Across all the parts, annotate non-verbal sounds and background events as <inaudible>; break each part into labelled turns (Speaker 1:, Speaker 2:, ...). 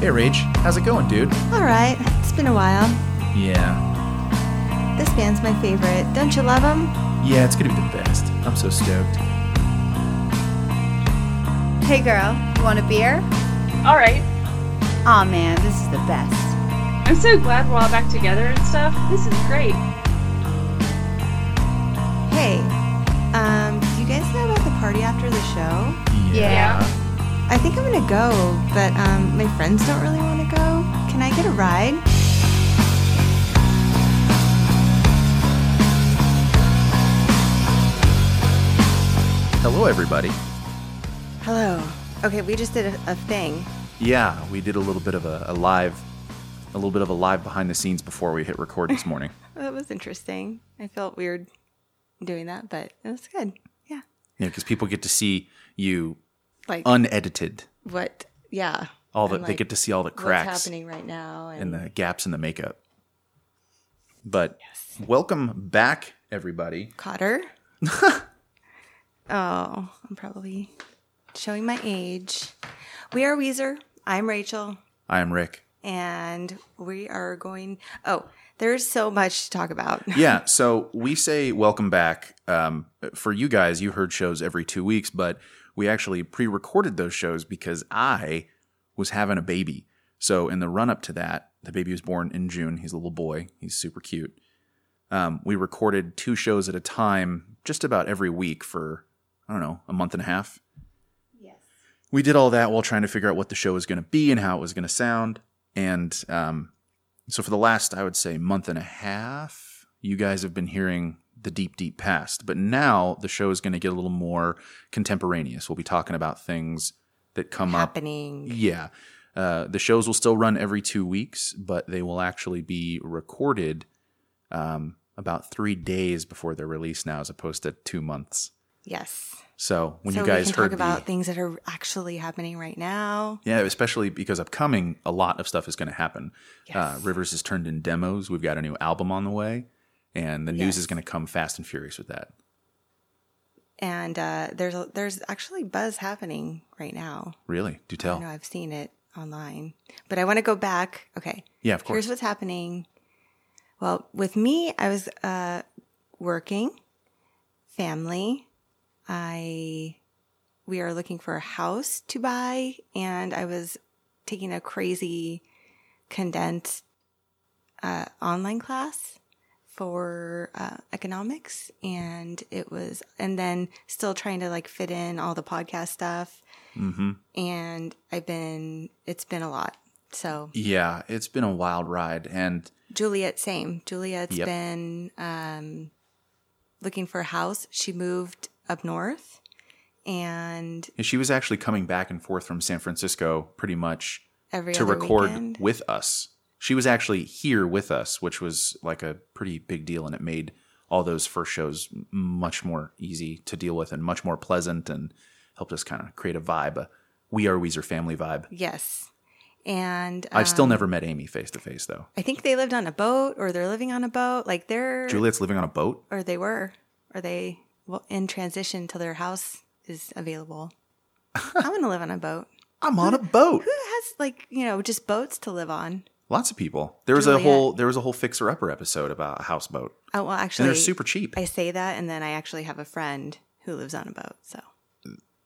Speaker 1: Hey, Rach, how's it going, dude?
Speaker 2: All right, it's been a while.
Speaker 1: Yeah.
Speaker 2: This band's my favorite. Don't you love them?
Speaker 1: Yeah, it's gonna be the best. I'm so stoked.
Speaker 2: Hey girl, you want a beer?
Speaker 3: All right.
Speaker 2: Aw man, this is the best.
Speaker 3: I'm so glad we're all back together and stuff. This is great.
Speaker 2: Hey, um, do you guys know about the party after the show?
Speaker 3: Yeah.
Speaker 2: I think I'm gonna go, but um, my friends don't really want to go. Can I get a ride?
Speaker 1: Hello, everybody.
Speaker 2: Hello. Okay, we just did a, a thing.
Speaker 1: Yeah, we did a little bit of a, a live, a little bit of a live behind the scenes before we hit record this
Speaker 2: <laughs>
Speaker 1: morning.
Speaker 2: Oh, That was interesting. I felt weird doing that, but it was good. Yeah.
Speaker 1: yeah, because people get to see you
Speaker 2: Like
Speaker 1: unedited.
Speaker 2: what? Yeah.
Speaker 1: All the
Speaker 2: And,
Speaker 1: they
Speaker 2: like,
Speaker 1: get to see all the
Speaker 2: What's
Speaker 1: cracks
Speaker 2: happening right now?
Speaker 1: and the gaps in the makeup. But welcome back, everybody.
Speaker 2: Cotter. <laughs> oh, I'm probably showing my age. We are Weezer. I'm Rachel,
Speaker 1: I am Rick.
Speaker 2: and we are going. Oh, there's so much to talk about.
Speaker 1: yeah so we say welcome back um, for you guys you heard shows every two weeks but we actually pre-recorded those shows because i was having a baby so in the run-up to that the baby was born in june he's a little boy he's super cute um, we recorded two shows at a time just about every week for i don't know a month and a half we did all that while trying to figure out what the show was going to be and how it was going to sound. And um, so for the last, I would say, month and a half, you guys have been hearing the deep, deep past. But now the show is going to get a little more contemporaneous. We'll be talking about things that come up.
Speaker 2: Happening.
Speaker 1: Yeah. Uh, the shows will still run every two weeks, but they will actually be recorded um, about three days before they're released now, as opposed to two months.
Speaker 2: Yes.
Speaker 1: So when
Speaker 2: so
Speaker 1: you guys
Speaker 2: we can
Speaker 1: heard
Speaker 2: talk about
Speaker 1: the,
Speaker 2: things that are actually happening right now.
Speaker 1: Yeah, especially because upcoming, a lot of stuff is going to happen. Uh,
Speaker 2: Yes.
Speaker 1: Rivers has turned in demos. We've got a new album on the way, and the news
Speaker 2: Yes.
Speaker 1: is going to come fast and furious with that.
Speaker 2: And uh, there's a, there's actually buzz happening right now.
Speaker 1: Really? Do
Speaker 2: I know
Speaker 1: tell.
Speaker 2: I've seen it online, but I want to go back. Okay.
Speaker 1: Yeah, of course.
Speaker 2: Here's what's happening. Well, with me, I was uh, working, family. I we are looking for a house to buy, and I was taking a crazy condensed uh, online class for uh, economics, and it was, and then still trying to like fit in all the podcast stuff.
Speaker 1: hmm
Speaker 2: And I've been, it's been a lot. So
Speaker 1: Yeah, it's been a wild ride, and
Speaker 2: Juliet, same. Juliet's
Speaker 1: Yep.
Speaker 2: been um, looking for a house. She moved up north, and
Speaker 1: and she was actually coming back and forth from San Francisco pretty much
Speaker 2: every
Speaker 1: to
Speaker 2: other
Speaker 1: record
Speaker 2: weekend.
Speaker 1: with us. She was actually here with us, which was like a pretty big deal, and it made all those first shows m- much more easy to deal with and much more pleasant, and helped us kind of create a vibe, a "We Are Weezer" family vibe.
Speaker 2: yes, and
Speaker 1: I've still
Speaker 2: um,
Speaker 1: never met Amy face to face though.
Speaker 2: I think they lived on a boat, or they're living on a boat. Like they're
Speaker 1: Juliet's living on a boat.
Speaker 2: or they were, or they well, in transition till their house is
Speaker 1: <laughs>
Speaker 2: available. I want to live on a boat.
Speaker 1: I'm on a
Speaker 2: <laughs>
Speaker 1: boat.
Speaker 2: Who has like you know just boats to live on?
Speaker 1: Lots of people. There was
Speaker 2: Juliet.
Speaker 1: a whole there was a whole fixer upper episode about a houseboat,
Speaker 2: Oh well,
Speaker 1: and
Speaker 2: actually,
Speaker 1: they're super cheap.
Speaker 2: I say that, and then I actually have a friend who lives on a boat. So,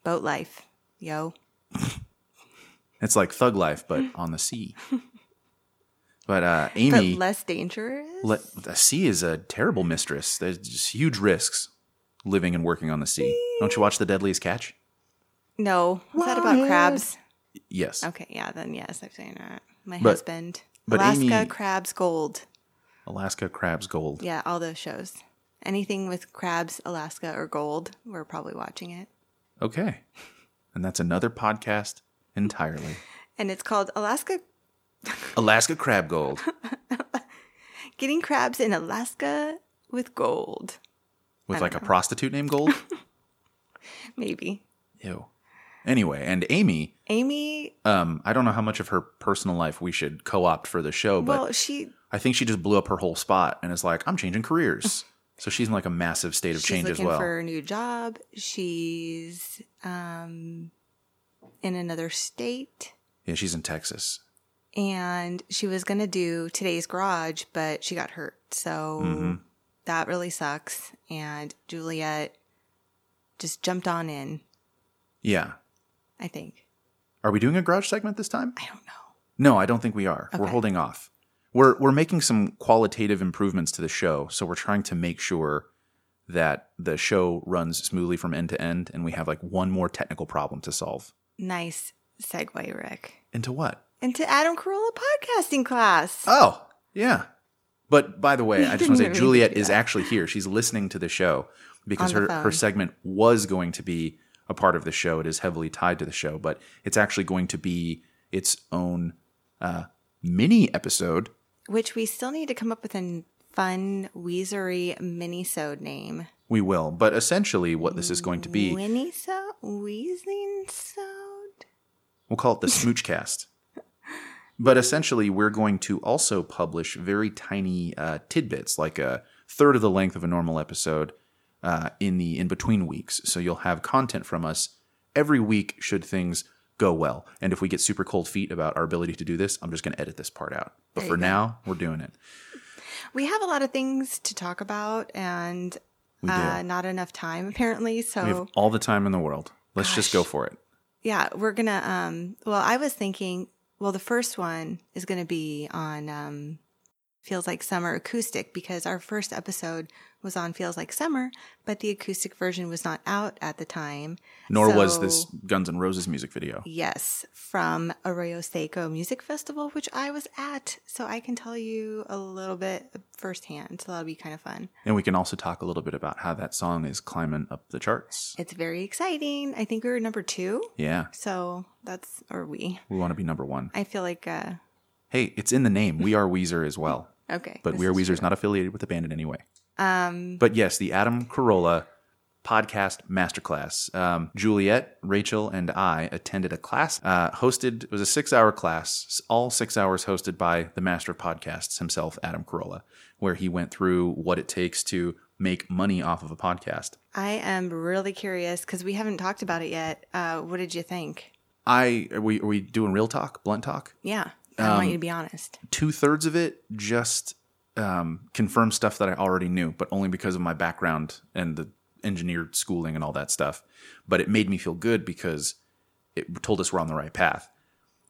Speaker 2: boat life, yo.
Speaker 1: It's like thug life, but
Speaker 2: <laughs>
Speaker 1: on the sea. But uh, Amy,
Speaker 2: but less dangerous.
Speaker 1: let, the sea is a terrible mistress. There's just huge risks living and working on the sea. Don't you watch The Deadliest Catch?
Speaker 2: no, was that about crabs?
Speaker 1: Yes.
Speaker 2: Okay, yeah, then yes, I've seen that. My
Speaker 1: But-
Speaker 2: husband,
Speaker 1: but
Speaker 2: Alaska
Speaker 1: Amy-
Speaker 2: crabs, gold.
Speaker 1: Alaska crabs gold.
Speaker 2: Yeah, all those shows. Anything with crabs, Alaska, or gold, we're probably watching it.
Speaker 1: Okay. And that's another podcast
Speaker 2: <laughs>
Speaker 1: entirely.
Speaker 2: And it's called Alaska
Speaker 1: Alaska crab gold.
Speaker 2: Getting Crabs in Alaska with Gold.
Speaker 1: With like a prostitute named
Speaker 2: <laughs>
Speaker 1: Gold?
Speaker 2: Maybe.
Speaker 1: Ew. Anyway, and Amy,
Speaker 2: Amy,
Speaker 1: um, I don't know how much of her personal life we should co opt for the show, but
Speaker 2: well, she
Speaker 1: I think she just blew up her whole spot and is like, I'm changing
Speaker 2: <laughs>
Speaker 1: careers. so she's in like a massive state of
Speaker 2: she's
Speaker 1: change as
Speaker 2: looking
Speaker 1: well.
Speaker 2: for a new job. She's um, in another state.
Speaker 1: yeah, she's in Texas.
Speaker 2: and she was going to do today's garage, but she got hurt. So
Speaker 1: Mhm.
Speaker 2: that really sucks. And Juliet just jumped on in,
Speaker 1: Yeah.
Speaker 2: I think.
Speaker 1: Are we doing a garage segment this time?
Speaker 2: I don't know.
Speaker 1: No, I don't think we are. We're
Speaker 2: Okay.
Speaker 1: holding off. We're we're making some qualitative improvements to the show, so we're trying to make sure that the show runs smoothly from end to end and we have like one more technical problem to solve.
Speaker 2: Nice segue, Rick.
Speaker 1: Into what?
Speaker 2: Into Adam Carolla podcasting class.
Speaker 1: Oh, yeah. But by <laughs> the way, I just want to say
Speaker 2: Didn't really
Speaker 1: Juliet
Speaker 2: do
Speaker 1: is
Speaker 2: that.
Speaker 1: actually here. She's listening to the show because
Speaker 2: On the
Speaker 1: her, her
Speaker 2: phone.
Speaker 1: segment was going to be a part of the show. It is heavily tied to the show, but it's actually going to be its own uh, mini episode.
Speaker 2: Which we still need to come up with a fun, Weezery minisode name.
Speaker 1: We will. But essentially, what this is going to be,
Speaker 2: Winnie-so? Weezing-sode?
Speaker 1: we'll call it the Smoochcast. <laughs> But essentially, we're going to also publish very tiny uh, tidbits, like a third of the length of a normal episode, uh, in the in between weeks. So you'll have content from us every week should things go well. And if we get super cold feet about our ability to do this, I'm just going to edit this part out. But
Speaker 2: There you
Speaker 1: for
Speaker 2: go.
Speaker 1: now, we're doing it.
Speaker 2: We have a lot of things to talk about and
Speaker 1: We do.
Speaker 2: uh, not enough time apparently.
Speaker 1: we have
Speaker 2: So
Speaker 1: all the time in the world. Let's just go for it.
Speaker 2: yeah, we're gonna. Um, well, I was thinking. Well, the first one is gonna be on um, feels like summer acoustic because our first episode was on feels like summer, but the acoustic version was not out at the time.
Speaker 1: Nor was
Speaker 2: So-
Speaker 1: this Guns N' Roses music video.
Speaker 2: Yes, from Arroyo Seco Music Festival, which I was at, so I can tell you a little bit firsthand. So that'll be kind of fun.
Speaker 1: And we can also talk a little bit about how that song is climbing up the charts.
Speaker 2: It's very exciting. I think we were number two.
Speaker 1: Yeah,
Speaker 2: So that's, or we.
Speaker 1: we want to be number one.
Speaker 2: I feel like, uh,
Speaker 1: Hey, it's in the name. We are Weezer as well,
Speaker 2: okay.
Speaker 1: but
Speaker 2: this
Speaker 1: We Are
Speaker 2: is
Speaker 1: Weezer is not affiliated with the band in any way.
Speaker 2: true. Um,
Speaker 1: But yes, the Adam Carolla podcast masterclass. Um, Juliet, Rachel, and I attended a class uh, hosted. It was a six-hour class, s- all six hours hosted by the master of podcasts himself, Adam Carolla, where he went through what it takes to make money off of a podcast.
Speaker 2: I am really curious because we haven't talked about it yet. Uh, what did you think?
Speaker 1: I are we are we doing real talk, blunt talk?
Speaker 2: Yeah. I want you to be honest.
Speaker 1: two thirds of it just um, confirmed stuff that I already knew, but only because of my background and the engineer schooling and all that stuff. But it made me feel good because it told us we're on the right path.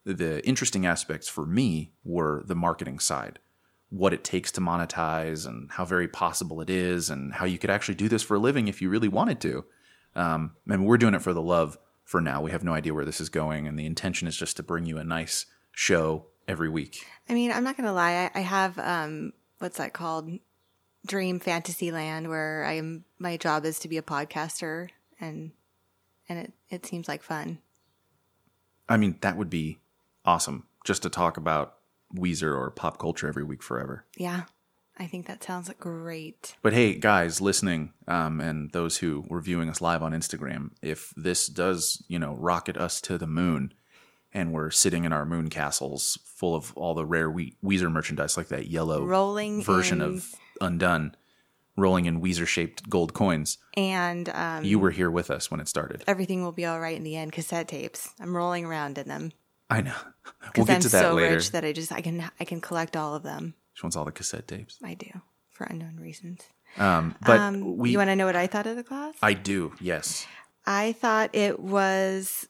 Speaker 1: The interesting aspects for me were the marketing side, what it takes to monetize and how very possible it is, and how you could actually do this for a living if you really wanted to. Um, and we're doing it for the love for now. We have no idea where this is going, and the intention is just to bring you a nice show every week.
Speaker 2: I mean, I'm not going to lie. I, I have, um, what's that called? Dream fantasy land where I am, my job is to be a podcaster and, and it, it seems like fun.
Speaker 1: I mean, that would be awesome just to talk about Weezer or pop culture every week forever.
Speaker 2: Yeah. I think that sounds great.
Speaker 1: But hey, guys listening, um, and those who were viewing us live on Instagram, if this does, you know, rocket us to the moon and we're sitting in our moon castles full of all the rare we- Weezer merchandise, like that yellow
Speaker 2: Rolling
Speaker 1: version
Speaker 2: in
Speaker 1: of Undone, rolling in Weezer shaped gold coins,
Speaker 2: and um,
Speaker 1: you were here with us when it started.
Speaker 2: everything will be all right in the end. Cassette tapes. I'm rolling around in them
Speaker 1: I know. We'll
Speaker 2: because
Speaker 1: get
Speaker 2: I'm
Speaker 1: to that
Speaker 2: so
Speaker 1: later.
Speaker 2: rich that I just I can I can collect all of them.
Speaker 1: she wants all the cassette tapes.
Speaker 2: I do for unknown reasons.
Speaker 1: Um, but
Speaker 2: um,
Speaker 1: we.
Speaker 2: you want to know what I thought of the class?
Speaker 1: I do, yes.
Speaker 2: I thought it was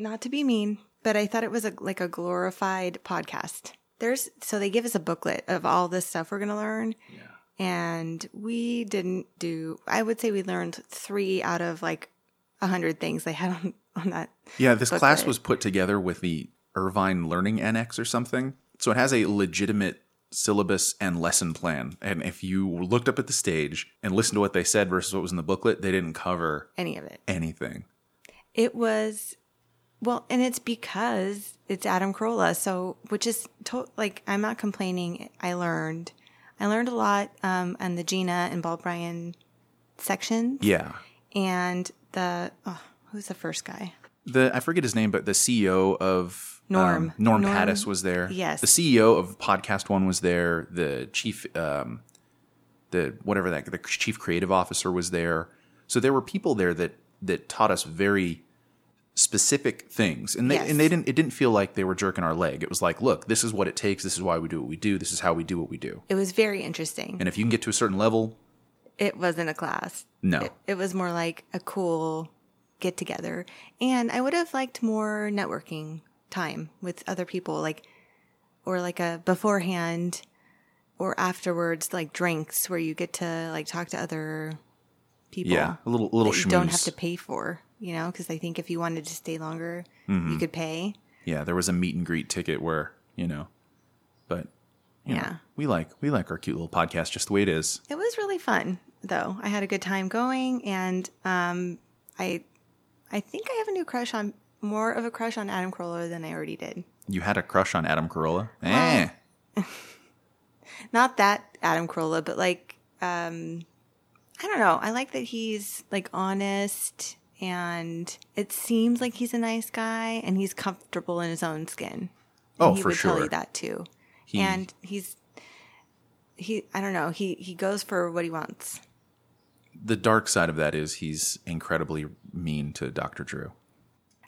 Speaker 2: not to be mean, but I thought it was a, like a glorified podcast. There's so they give us a booklet of all this stuff we're going to learn. And we didn't do I would say we learned 3 out of like a 100 things they had <laughs> on on that.
Speaker 1: Yeah, this
Speaker 2: booklet.
Speaker 1: class was put together with the Irvine Learning Annex or something. So it has a legitimate syllabus and lesson plan. And if you looked up at the stage and listened to what they said versus what was in the booklet, they didn't cover
Speaker 2: Any of it.
Speaker 1: anything.
Speaker 2: It was well, and it's because it's Adam Carolla, so which is to- like I'm not complaining. I learned, I learned a lot um, on the Gina and Bob Bryan sections,
Speaker 1: Yeah.
Speaker 2: and the oh, who's the first guy?
Speaker 1: The I forget his name, but the CEO of um,
Speaker 2: Norm.
Speaker 1: Norm,
Speaker 2: Norm-
Speaker 1: Pattis was there.
Speaker 2: Yes.
Speaker 1: The CEO of Podcast One was there. The chief um the whatever that the chief creative officer was there. So there were people there that that taught us very specific things, and they
Speaker 2: Yes.
Speaker 1: and they didn't. It didn't feel like they were jerking our leg. It was like, look, this is what it takes. This is why we do what we do. This is how we do what we do.
Speaker 2: It was very interesting.
Speaker 1: And if you can get to a certain level,
Speaker 2: It wasn't a class.
Speaker 1: no,
Speaker 2: It, it was more like a cool get together. And I would have liked more networking time with other people, like, or like a beforehand or afterwards, like drinks where you get to like talk to other people.
Speaker 1: yeah, a little little
Speaker 2: that you don't have
Speaker 1: schmooze.
Speaker 2: to pay for, you know, because I think if you wanted to stay longer,
Speaker 1: Mm-hmm.
Speaker 2: you could pay.
Speaker 1: yeah, there was a meet and greet ticket where you know, but you know,
Speaker 2: Yeah.
Speaker 1: we like we like our cute little podcast just the way it is.
Speaker 2: It was really fun, though. I had a good time going, and um, I, I think I have a new crush on more of a crush on Adam Carolla than I already did.
Speaker 1: You had a crush on Adam Carolla, eh?
Speaker 2: Not that Adam Carolla, but like, um, I don't know. I like that he's like honest, and it seems like he's a nice guy, and he's comfortable in his own skin.
Speaker 1: Oh,
Speaker 2: he
Speaker 1: for
Speaker 2: would Tell
Speaker 1: sure.
Speaker 2: you that too.
Speaker 1: He-
Speaker 2: and he's he. I don't know. He he goes for what he wants.
Speaker 1: The dark side of that is he's incredibly mean to Doctor Drew.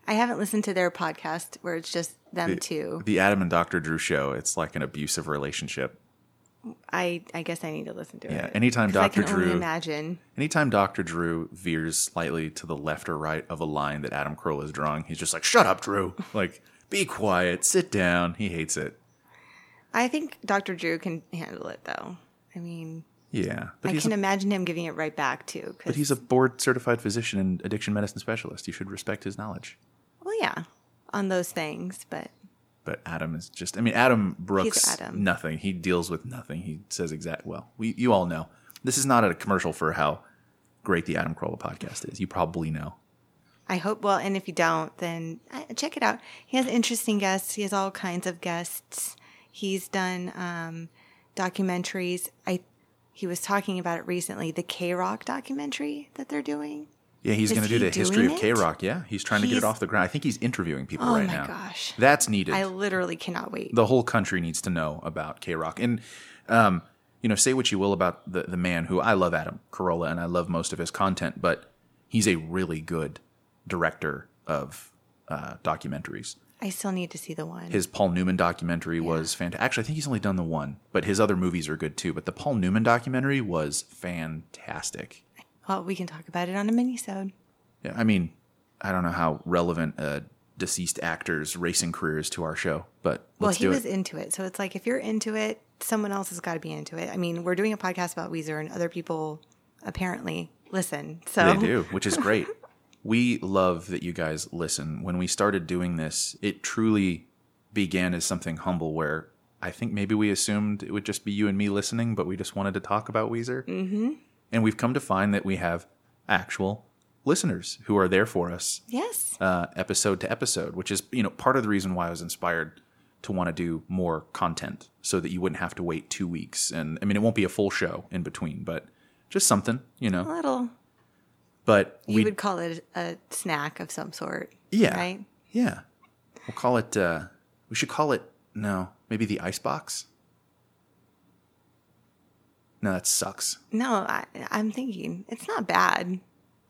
Speaker 2: I haven't listened to their podcast where it's just them two.
Speaker 1: The Adam and Doctor Drew show. It's like an abusive relationship.
Speaker 2: I I guess I need to listen to
Speaker 1: Yeah,
Speaker 2: it.
Speaker 1: anytime
Speaker 2: 'Cause I
Speaker 1: Dr.
Speaker 2: can only
Speaker 1: Drew-
Speaker 2: imagine.
Speaker 1: Anytime Doctor Drew veers slightly to the left or right of a line that Adam Carolla is drawing, he's just like, "Shut up, Drew! Like, be quiet, sit down." He hates it.
Speaker 2: I think Dr. Drew can handle it though. I mean,
Speaker 1: Yeah, but
Speaker 2: I
Speaker 1: he's
Speaker 2: can
Speaker 1: a,
Speaker 2: imagine him giving it right back too.
Speaker 1: but he's a board certified physician and addiction medicine specialist. You should respect his knowledge.
Speaker 2: well, yeah, on those things. But
Speaker 1: But Adam is just. I mean, Adam Brooks.
Speaker 2: Adam.
Speaker 1: Nothing. He deals with nothing. He says exact. Well, we you all know this is not a commercial for how great the Adam Carolla podcast is. You probably know.
Speaker 2: I hope. Well, and if you don't, then uh, check it out. He has interesting guests. He has all kinds of guests. He's done um, documentaries. I he was talking about it recently. The K Rock documentary that they're doing.
Speaker 1: Yeah, he's
Speaker 2: Is
Speaker 1: going to do
Speaker 2: he
Speaker 1: the history
Speaker 2: doing
Speaker 1: of
Speaker 2: it?
Speaker 1: K Rock. Yeah, he's trying to get
Speaker 2: He's-
Speaker 1: it off the ground. I think he's interviewing people
Speaker 2: Oh
Speaker 1: right
Speaker 2: my
Speaker 1: now.
Speaker 2: gosh.
Speaker 1: That's needed.
Speaker 2: I literally cannot wait.
Speaker 1: the whole country needs to know about K Rock. And, um, you know, say what you will about the, the man who I love, Adam Carolla, and I love most of his content, but he's a really good director of uh, documentaries.
Speaker 2: I still need to see the one.
Speaker 1: His Paul Newman documentary was fantastic. Actually, I think he's only done the one, but his other movies are good too. But the Paul Newman documentary was fantastic.
Speaker 2: well, we can talk about it on a minisode.
Speaker 1: Yeah, I mean, I don't know how relevant a deceased actor's racing career is to our show, but let's
Speaker 2: Well, he
Speaker 1: do
Speaker 2: was
Speaker 1: it.
Speaker 2: into it, so it's like if you're into it, someone else has got to be into it. I mean, we're doing a podcast about Weezer, and other people apparently listen. So
Speaker 1: They do, which is
Speaker 2: <laughs>
Speaker 1: great. we love that you guys listen. When we started doing this, it truly began as something humble where I think maybe we assumed it would just be you and me listening, but we just wanted to talk about Weezer. Mm-hmm. And we've come to find that we have actual listeners who are there for us
Speaker 2: yes,
Speaker 1: uh, episode to episode, which is you know part of the reason why I was inspired to want to do more content, so that you wouldn't have to wait two weeks. And I mean, it won't be a full show in between, but just something, you
Speaker 2: a
Speaker 1: know.
Speaker 2: little.
Speaker 1: But
Speaker 2: You
Speaker 1: we,
Speaker 2: would call it a snack of some sort.
Speaker 1: yeah,
Speaker 2: Right.
Speaker 1: yeah. We'll call it. Uh, we should call it no, maybe the icebox. No, that sucks.
Speaker 2: No, I, I'm thinking it's not bad.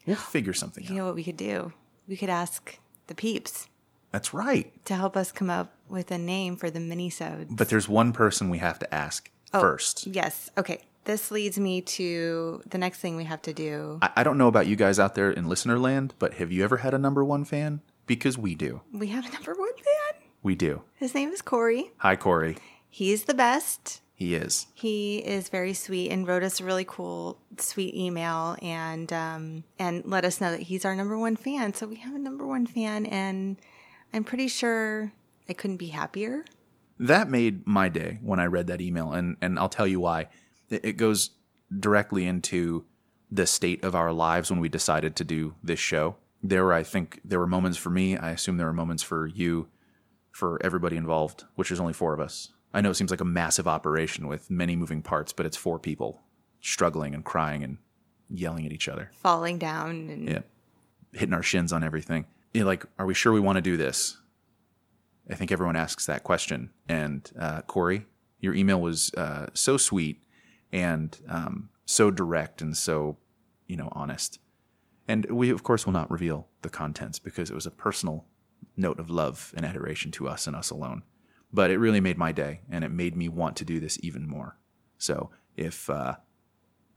Speaker 1: We'll figure something
Speaker 2: You
Speaker 1: out.
Speaker 2: know what we could do? We could ask the peeps
Speaker 1: That's right.
Speaker 2: to help us come up with a name for the minisode.
Speaker 1: But there's one person we have to ask first.
Speaker 2: Yes. Okay. This leads me to the next thing we have to do.
Speaker 1: I, I don't know about you guys out there in listener land, but have you ever had a number one fan? Because we do.
Speaker 2: We have <laughs> a number one fan.
Speaker 1: We do.
Speaker 2: His name is Corey.
Speaker 1: Hi, Corey.
Speaker 2: He is the best.
Speaker 1: He is.
Speaker 2: He is very sweet and wrote us a really cool, sweet email and um, and let us know that he's our number one fan. So we have a number one fan, and I'm pretty sure I couldn't be happier.
Speaker 1: That made my day when I read that email, and, and I'll tell you why. It, it goes directly into the state of our lives when we decided to do this show. There were, I think, there were moments for me. I assume there were moments for you, for everybody involved, which is only four of us. I know it seems like a massive operation with many moving parts, but it's four people struggling and crying and yelling at each other.
Speaker 2: Falling down and
Speaker 1: Yeah. Hitting our shins on everything. You know, like, are we sure we want to do this? I think everyone asks that question. And uh, Corey, your email was uh, so sweet and um, so direct and so, you know, honest. And we, of course, will not reveal the contents because it was a personal note of love and adoration to us and us alone. But it really made my day and it made me want to do this even more. So if uh,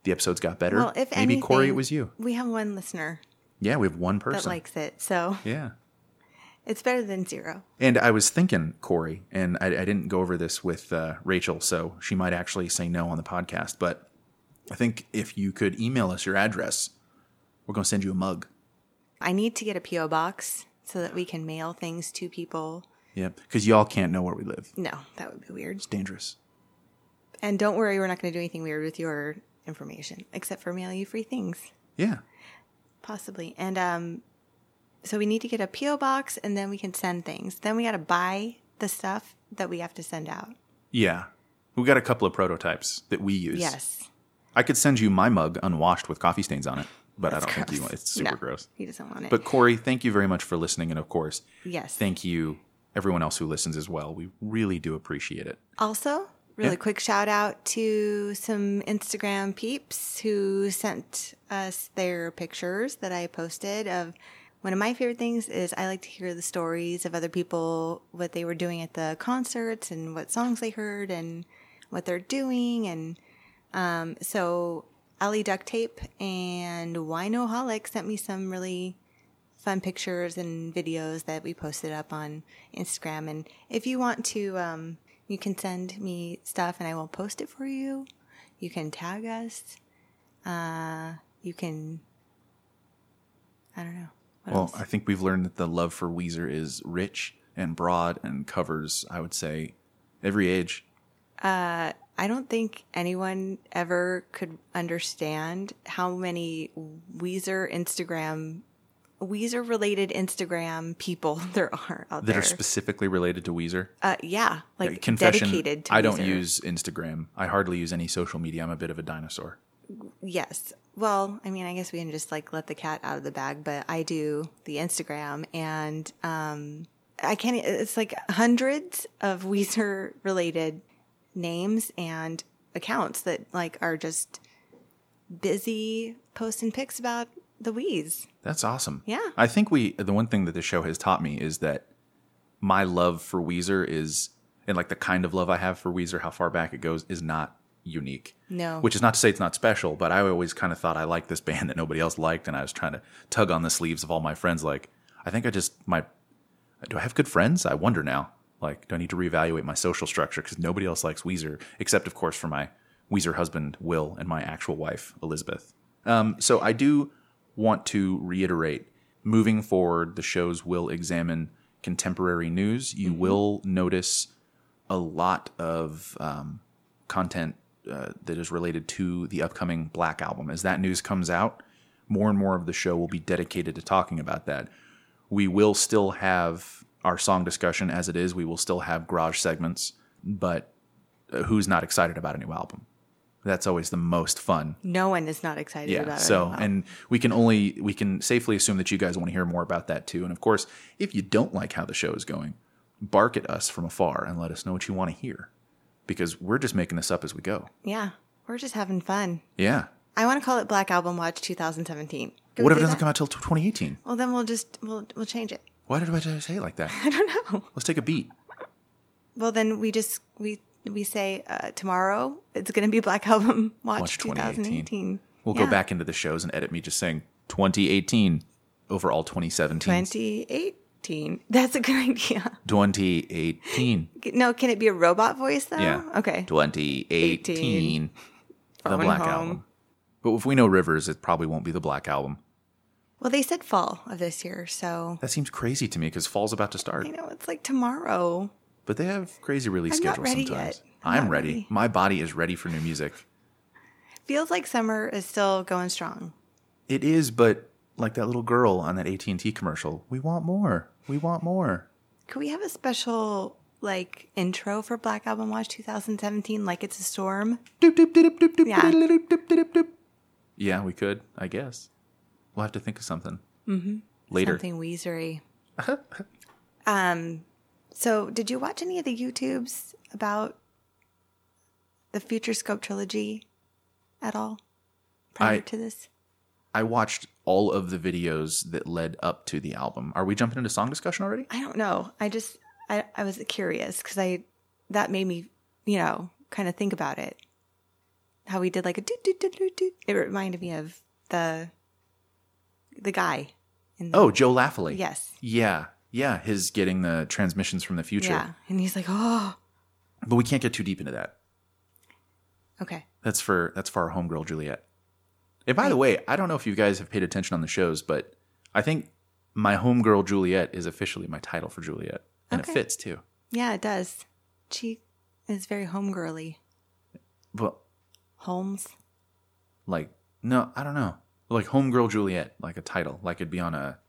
Speaker 1: the episodes got better,
Speaker 2: Well, if
Speaker 1: maybe Corey, it
Speaker 2: anything-
Speaker 1: was you.
Speaker 2: We have one listener
Speaker 1: Yeah, we have one
Speaker 2: that
Speaker 1: person.
Speaker 2: likes it, so
Speaker 1: yeah.
Speaker 2: it's better than zero.
Speaker 1: And I was thinking, Corey, and I, I didn't go over this with uh, Rachel, so she might actually say no on the podcast. But I think if you could email us your address, we're going to send you a mug.
Speaker 2: I need to get a PO box so that we can mail things to people.
Speaker 1: Yep. Because y'all can't know where we live.
Speaker 2: No, that would be weird.
Speaker 1: It's dangerous.
Speaker 2: And don't worry, we're not going to do anything weird with your information, except for mail you free things,
Speaker 1: Yeah.
Speaker 2: possibly. And um, so we need to get a PO box, and then we can send things. Then we got to buy the stuff that we have to send out.
Speaker 1: Yeah. We got a couple of prototypes that we use.
Speaker 2: Yes,
Speaker 1: I could send you my mug unwashed with coffee stains on it, but I don't
Speaker 2: That's
Speaker 1: think you
Speaker 2: gross.
Speaker 1: want It's super
Speaker 2: No.
Speaker 1: gross.
Speaker 2: he doesn't want it.
Speaker 1: But Corey, thank you very much for listening. And of course,
Speaker 2: yes,
Speaker 1: thank you, everyone else who listens as well. We really do appreciate it.
Speaker 2: Also, really
Speaker 1: Yeah.
Speaker 2: quick shout out to some Instagram peeps who sent us their pictures that I posted of one of my favorite things is I like to hear the stories of other people what they were doing at the concerts and what songs they heard and what they're doing and um, so Ali Duct Tape and Winoholic sent me some really fun pictures and videos that we posted up on Instagram. And if you want to, um, you can send me stuff and I will post it for you. You can tag us. Uh, you can, I don't know. What
Speaker 1: Well,
Speaker 2: else?
Speaker 1: I think we've learned that the love for Weezer is rich and broad and covers, I would say, every age.
Speaker 2: I don't think anyone ever could understand how many Weezer Instagram, Weezer related Instagram people <laughs> there are out
Speaker 1: That
Speaker 2: there.
Speaker 1: are specifically related to Weezer.
Speaker 2: uh, yeah, like
Speaker 1: Confession:
Speaker 2: dedicated to
Speaker 1: I don't
Speaker 2: Weezer.
Speaker 1: use Instagram. I hardly use any social media. I'm a bit of a dinosaur.
Speaker 2: Yes. Well, I mean, I guess we can just like let the cat out of the bag, but I do the Instagram and um I can't it's like hundreds of <laughs> Weezer related names and accounts that like are just busy posting pics about the Wheeze.
Speaker 1: That's awesome.
Speaker 2: Yeah.
Speaker 1: I think we the one thing that this show has taught me is that my love for Weezer is and like the kind of love I have for Weezer, how far back it goes, is not unique.
Speaker 2: No.
Speaker 1: Which is not to say it's not special, but I always kind of thought I liked this <laughs> band that nobody else liked, and I was trying to tug on the sleeves of all my friends. Like, I think I just my do I have good friends? I wonder now. Like, do I need to reevaluate my social structure because nobody else likes Weezer, except of course for my Weezer husband Will and my actual wife Elizabeth. Um, so I do want to reiterate: moving forward, the shows will examine contemporary news. You will notice a lot of um, content uh, that is related to the upcoming Black album. As that news comes out, more and more of the show will be dedicated to talking about that. We will still have our song discussion as it is. We will still have garage segments, but uh, who's not excited about a new album? That's always the most fun
Speaker 2: No one is not excited
Speaker 1: yeah
Speaker 2: about it.
Speaker 1: so
Speaker 2: Wow.
Speaker 1: and we can only we can safely assume that you guys want to hear more about that too and of course if you don't like how the show is going bark at us from afar and let us know what you want to hear because we're just making this up as we go
Speaker 2: yeah, we're just having fun.
Speaker 1: yeah
Speaker 2: I want to call it Black Album Watch 2017. Can we
Speaker 1: what if it
Speaker 2: do
Speaker 1: doesn't
Speaker 2: that?
Speaker 1: come out till 2018
Speaker 2: Well, then we'll just we'll we'll change it.
Speaker 1: why did, why did i say it like that
Speaker 2: <laughs> I don't know.
Speaker 1: let's take a beat
Speaker 2: Well, then we just we we say uh, tomorrow it's going to be Black Album <laughs> Watch,
Speaker 1: Watch
Speaker 2: 2018.
Speaker 1: 2018. we'll
Speaker 2: Yeah.
Speaker 1: go back into the shows and edit me just saying 2018 over all 2017
Speaker 2: 2018. <laughs> That's a good idea. <laughs>
Speaker 1: 2018
Speaker 2: No, can it be a robot voice though?
Speaker 1: Yeah.
Speaker 2: Okay.
Speaker 1: 2018. The
Speaker 2: Going
Speaker 1: Black
Speaker 2: home.
Speaker 1: Album. But if we know Rivers, it probably won't be the Black Album.
Speaker 2: Well, they said fall of this year, so
Speaker 1: That seems crazy to me because fall's about to start.
Speaker 2: you know it's like tomorrow.
Speaker 1: But they have crazy release
Speaker 2: I'm not
Speaker 1: schedules
Speaker 2: ready
Speaker 1: sometimes.
Speaker 2: yet. I'm
Speaker 1: I'm
Speaker 2: not
Speaker 1: ready.
Speaker 2: ready.
Speaker 1: My body is ready for new music.
Speaker 2: Feels like summer is still going strong.
Speaker 1: It is, but like that little girl on that AT&T commercial, we want more. We want more.
Speaker 2: Could we have a special like intro for Black Album Watch 2017 like it's a storm?
Speaker 1: Doop, doop, doop, doop, doop,
Speaker 2: Yeah.
Speaker 1: doop, doop, doop, doop. Yeah, we could, I guess. We'll have to think of something. Mm-hmm. Later.
Speaker 2: Something Weezery.
Speaker 1: Uh-huh,
Speaker 2: um, so did you watch any of the YouTubes about the Future Scope trilogy at all prior
Speaker 1: I-
Speaker 2: to this?
Speaker 1: I watched all of the videos that led up to the album. Are we jumping into song discussion already?
Speaker 2: I don't know. I just I, I was curious because I that made me you know kind of think about it. How we did like a doot doot doot doot doot. It reminded me of the the guy. In the,
Speaker 1: Oh, Joe Lafley.
Speaker 2: yes,
Speaker 1: Yeah. Yeah. His getting the transmissions from the future.
Speaker 2: yeah, and he's like, oh,
Speaker 1: But we can't get too deep into that.
Speaker 2: okay,
Speaker 1: That's for that's for our homegirl Juliet. And by the way, I don't know if you guys have paid attention on the shows, but I think my homegirl Juliet is officially my title for Juliet, and
Speaker 2: Okay.
Speaker 1: it fits too.
Speaker 2: yeah, it does. She is very homegirly.
Speaker 1: But
Speaker 2: Holmes.
Speaker 1: like, no, I don't know. Like homegirl Juliet, like a title, like it'd be on a,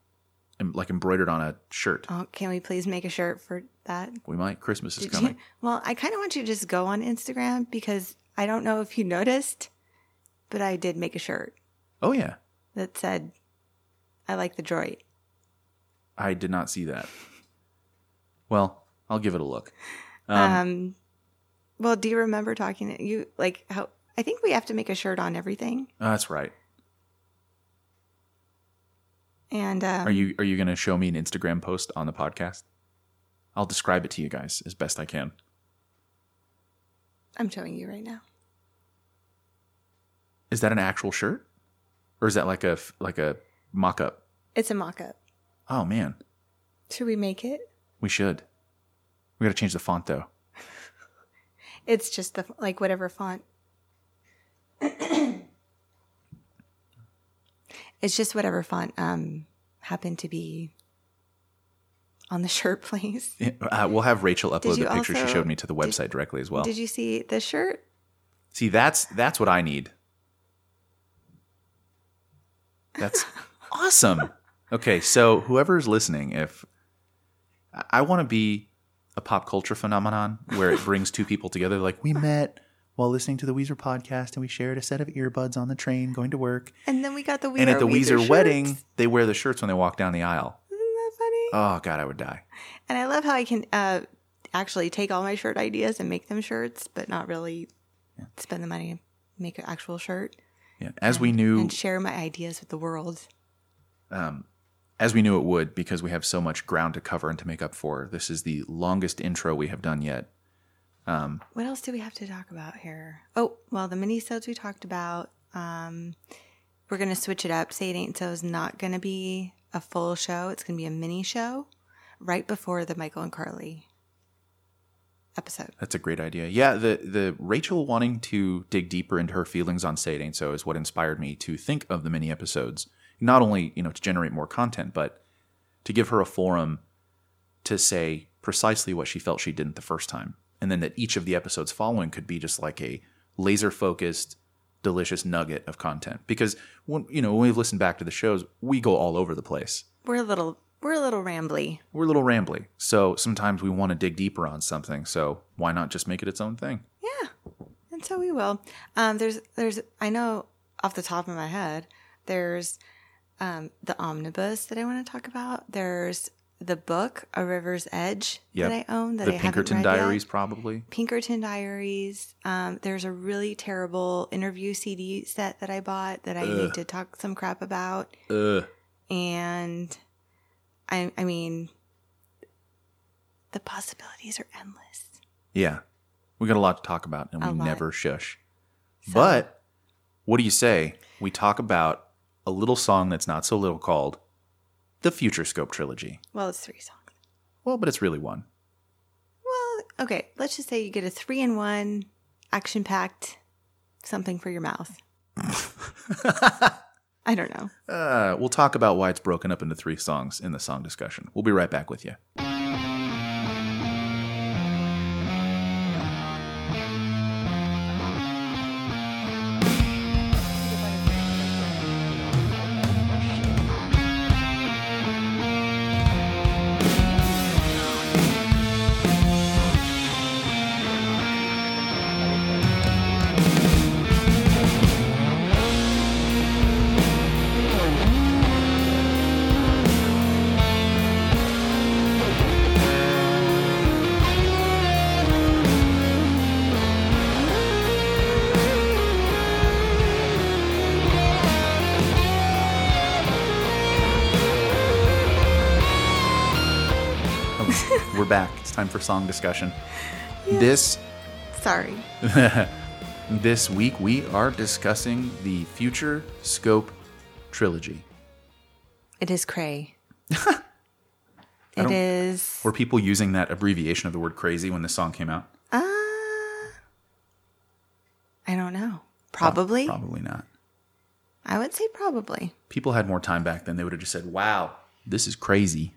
Speaker 1: em- like embroidered on a shirt.
Speaker 2: Oh, can we please make a shirt for that?
Speaker 1: We might. Christmas is
Speaker 2: Did
Speaker 1: coming.
Speaker 2: you- well, I kind of want you to just go on Instagram because I don't know if you <laughs> noticed, but I did make a shirt
Speaker 1: Oh yeah,
Speaker 2: that said, I like the droid.
Speaker 1: I did not see that. Well, I'll give it a look.
Speaker 2: Um,
Speaker 1: Um,
Speaker 2: well, do you remember talking to you like how I think we have to make a shirt on everything?
Speaker 1: oh, that's right.
Speaker 2: And um,
Speaker 1: Are you are you going to show me an Instagram post on the podcast? I'll describe it to you guys as best I can.
Speaker 2: I'm showing you right now.
Speaker 1: Is that an actual shirt, or is that like a f- like a mock up?
Speaker 2: It's a mock up.
Speaker 1: Oh man,
Speaker 2: Should we make it?
Speaker 1: we should. We got to change the font though.
Speaker 2: It's just the like whatever font. <coughs> it's just whatever font um happened to be on the shirt, <laughs> please.
Speaker 1: Yeah, Uh, we'll have Rachel upload
Speaker 2: you
Speaker 1: the picture she
Speaker 2: also-
Speaker 1: showed me to the
Speaker 2: did-
Speaker 1: website directly as well.
Speaker 2: Did you see the shirt?
Speaker 1: See, that's that's what I need.
Speaker 2: <laughs>
Speaker 1: That's awesome. Okay, so whoever is listening, if I- I want to be a pop culture phenomenon where it brings two people together, like we met while listening to the Weezer podcast and we shared a set of earbuds on the train going to work,
Speaker 2: And then we got the Weezer
Speaker 1: and at the Weezer, wedding,
Speaker 2: shirts.
Speaker 1: they wear the shirts when they walk down the aisle.
Speaker 2: Isn't that funny?
Speaker 1: Oh God, I would die.
Speaker 2: And I love how I can uh, actually take all my shirt ideas and make them shirts, but not really spend the money to make an actual shirt
Speaker 1: Yeah, as we knew,
Speaker 2: and share my ideas with the world.
Speaker 1: as we knew it would, because we have so much ground to cover and to make up for. This is the longest intro we have done yet.
Speaker 2: What else do we have to talk about here? Oh, well, the mini we talked about. Um, we're going to switch it up. Say It Ain't So is not going to be a full show. It's going to be a mini show right before the Michael and Carly episode.
Speaker 1: That's a great idea. Yeah, the the Rachel wanting to dig deeper into her feelings on Say It Ain't So is what inspired me to think of the mini episodes. Not only you know to generate more content, but to give her a forum to say precisely what she felt she didn't the first time, and then that each of the episodes following could be just like a laser focused, delicious nugget of content. Because when you know when we've listened back to the shows, we go all over the place
Speaker 2: We're a little we're a little rambly.
Speaker 1: we're a little rambly. So sometimes we want to dig deeper on something. So why not just make it its own thing?
Speaker 2: Yeah, and so we will. Um, there's, there's, I know off the top of my head, there's um, the omnibus that I want to talk about. There's the book A River's Edge
Speaker 1: Yep.
Speaker 2: that I own that
Speaker 1: the
Speaker 2: I
Speaker 1: Pinkerton
Speaker 2: haven't read
Speaker 1: Diaries,
Speaker 2: Yet.
Speaker 1: probably.
Speaker 2: Pinkerton Diaries. Um, there's a really terrible interview CD set that I bought that I need to talk some crap about
Speaker 1: Ugh.
Speaker 2: and I, I mean, the possibilities are endless.
Speaker 1: Yeah. We got a lot to talk about and
Speaker 2: A
Speaker 1: we
Speaker 2: lot.
Speaker 1: never shush. But what do you say? We talk about a little song that's not so little called the Future Scope Trilogy.
Speaker 2: Well, it's three songs.
Speaker 1: Well, but it's really one.
Speaker 2: Well, okay. Let's just say you get a three in one, action packed, something for your mouth. I don't know.
Speaker 1: Uh, we'll talk about why it's broken up into three songs in the song discussion. We'll be right back with you.
Speaker 4: Thank
Speaker 2: <laughs>
Speaker 1: We're back. It's time for song discussion. This
Speaker 2: Sorry.
Speaker 1: this week we are discussing the Future Scope trilogy.
Speaker 2: It is cray.
Speaker 1: I
Speaker 2: it
Speaker 1: don't-
Speaker 2: is.
Speaker 1: Were people using that abbreviation of the word crazy when this song came out?
Speaker 2: Uh, I don't know. Probably.
Speaker 1: Probably not.
Speaker 2: I would say probably.
Speaker 1: People had more time back then. They would have just said, "Wow, this is crazy."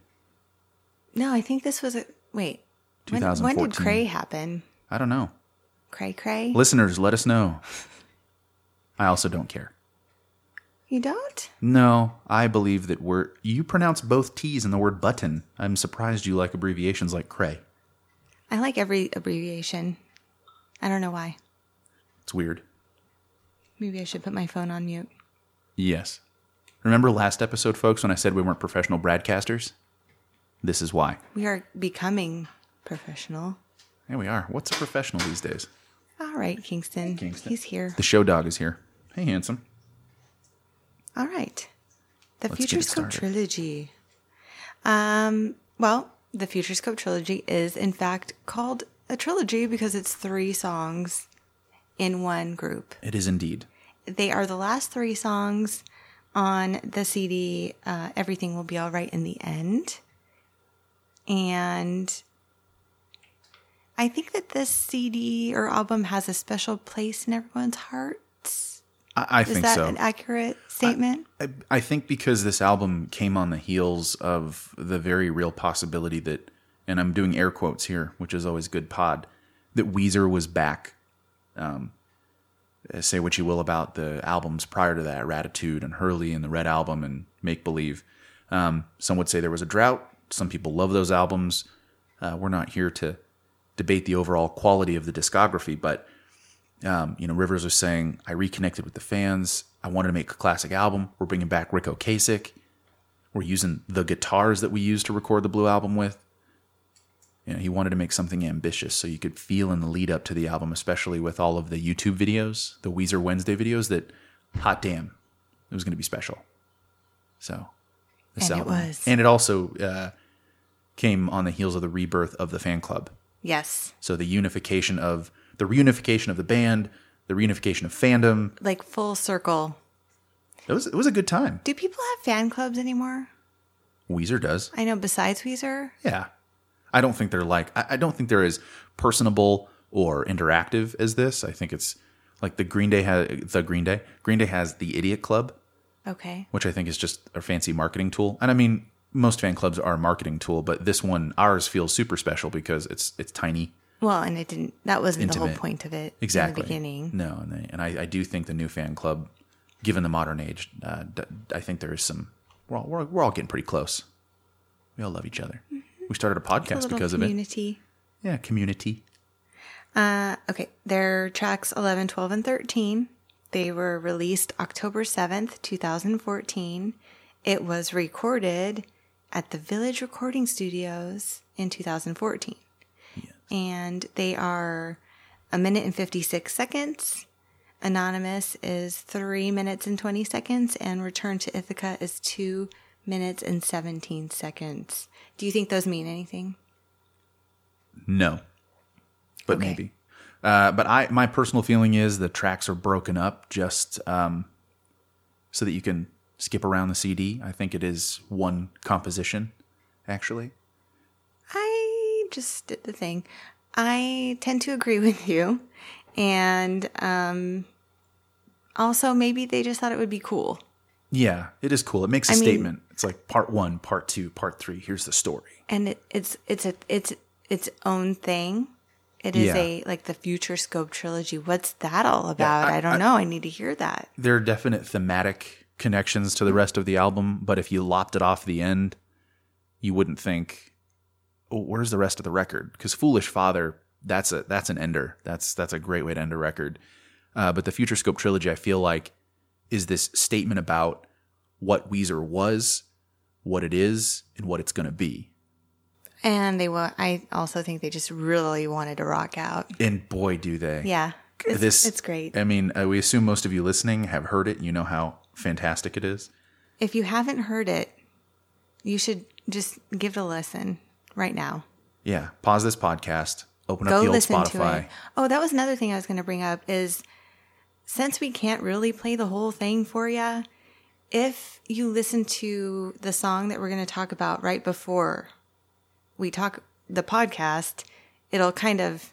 Speaker 2: No, I think this was a wait. When, when
Speaker 1: 2014.
Speaker 2: did cray happen?
Speaker 1: I don't know.
Speaker 2: Cray cray.
Speaker 1: Listeners, let us know. I also don't care.
Speaker 2: You don't?
Speaker 1: No, I believe that we're. You pronounce both T's in the word button. I'm surprised you like abbreviations like cray.
Speaker 2: I like every abbreviation. I don't know why.
Speaker 1: It's weird.
Speaker 2: Maybe I should put my phone on mute.
Speaker 1: Yes. Remember last episode, folks, when I said we weren't professional broadcasters? This is why.
Speaker 2: We are becoming professional.
Speaker 1: Here we are. What's a professional these days?
Speaker 2: All right, Kingston.
Speaker 1: Kingston.
Speaker 2: He's here.
Speaker 1: The show dog is here. Hey, handsome.
Speaker 2: All right. The
Speaker 1: Let's get
Speaker 2: Future
Speaker 1: it
Speaker 2: Scope
Speaker 1: started.
Speaker 2: Trilogy. Um, well, the Future Scope Trilogy is in fact called a trilogy because it's three songs in one group.
Speaker 1: It is indeed.
Speaker 2: They are the last three songs on the CD uh, Everything Will Be All Right in the End. And I think that this CD or album has a special place in everyone's hearts.
Speaker 1: I, I
Speaker 2: Is
Speaker 1: think
Speaker 2: that
Speaker 1: so.
Speaker 2: an accurate statement?
Speaker 1: I, I think because this album came on the heels of the very real possibility that, and I'm doing air quotes here, which is always good pod, that Weezer was back. Um, say what you will about the albums prior to that, Ratitude and Hurley and the Red Album and Make Believe. Um, some would say there was a drought. Some people love those albums. Uh, we're not here to debate the overall quality of the discography, but um, you know, Rivers was saying, I reconnected with the fans. I wanted to make a classic album. We're bringing back Rick Ocasek. We're using the guitars that we used to record the Blue album with. You know, he wanted to make something ambitious so you could feel in the lead up to the album, especially with all of the YouTube videos, the Weezer Wednesday videos, that hot damn, it was going to be special. So, this
Speaker 2: And it
Speaker 1: album.
Speaker 2: was.
Speaker 1: And it also uh, came on the heels of the rebirth of the fan club.
Speaker 2: Yes.
Speaker 1: So the unification of the reunification of the band, the reunification of fandom.
Speaker 2: like full circle.
Speaker 1: It was it was a good time.
Speaker 2: Do people have fan clubs anymore?
Speaker 1: Weezer does.
Speaker 2: I know besides Weezer.
Speaker 1: Yeah. I don't think they're like I, I don't think they're as personable or interactive as this. I think it's like the Green Day has the Green Day. Green Day has the Idiot Club,
Speaker 2: Okay.
Speaker 1: which I think is just a fancy marketing tool. And I mean, most fan clubs are a marketing tool, but this one ours feels super special because it's it's tiny.
Speaker 2: Well, and it didn't. That wasn't the
Speaker 1: Intimate.
Speaker 2: whole point of it. In
Speaker 1: exactly
Speaker 2: the beginning.
Speaker 1: No, and, they, and I, I do think the new fan club, given the modern age, uh, d- I think there is some. We're all, we're, we're all getting pretty close. We all love each other. We started a podcast
Speaker 2: Mm-hmm. Little
Speaker 1: because of it.
Speaker 2: community.
Speaker 1: Yeah, community.
Speaker 2: Uh, okay. Their tracks 11, 12, and 13. They were released October 7th, 2014. It was recorded at the Village Recording Studios in 2014. And they are a minute and 56 seconds. Anonymous is three minutes and 20 seconds. And Return to Ithaca is two minutes and 17 seconds. Do you think those mean anything?
Speaker 1: No, but
Speaker 2: Okay.
Speaker 1: maybe. Uh, but I, my personal feeling is the tracks are broken up just um, so that you can skip around the CD. I think it is one composition, actually.
Speaker 2: I just did the thing. I tend to agree <laughs> with you. And um, also, maybe they just thought it would be cool.
Speaker 1: Yeah, it is cool. It makes a
Speaker 2: I mean-
Speaker 1: statement. It's like part one, part two, part three. Here's the story.
Speaker 2: And it, it's it's a it's its own thing. It is
Speaker 1: Yeah.
Speaker 2: a like the Future Scope trilogy. What's that all about?
Speaker 1: I-
Speaker 2: I, don't know. I need to hear that.
Speaker 1: There are definite thematic connections to the rest of the album, but if you lopped it off the end, you wouldn't think, oh, "Where's the rest of the record?" Because "Foolish Father," that's a that's an ender. That's that's a great way to end a record. Uh, but the Future Scope trilogy, I feel like, is this statement about what Weezer was, what it is, and what it's going to be.
Speaker 2: And they were. I also think they just really wanted to rock out.
Speaker 1: And boy, do they!
Speaker 2: Yeah, it's,
Speaker 1: this
Speaker 2: it's great.
Speaker 1: I mean, uh, we assume most of you listening have heard it. You know how fantastic it is.
Speaker 2: If you haven't heard it, you should just give it a listen right now.
Speaker 1: Yeah. Pause this podcast. Open
Speaker 2: Go
Speaker 1: up the old
Speaker 2: listen to
Speaker 1: Spotify.
Speaker 2: it. Oh, that was another thing I was going to bring up is since we can't really play the whole thing for you, if you listen to the song that we're going to talk about right before we talk the podcast, it'll kind of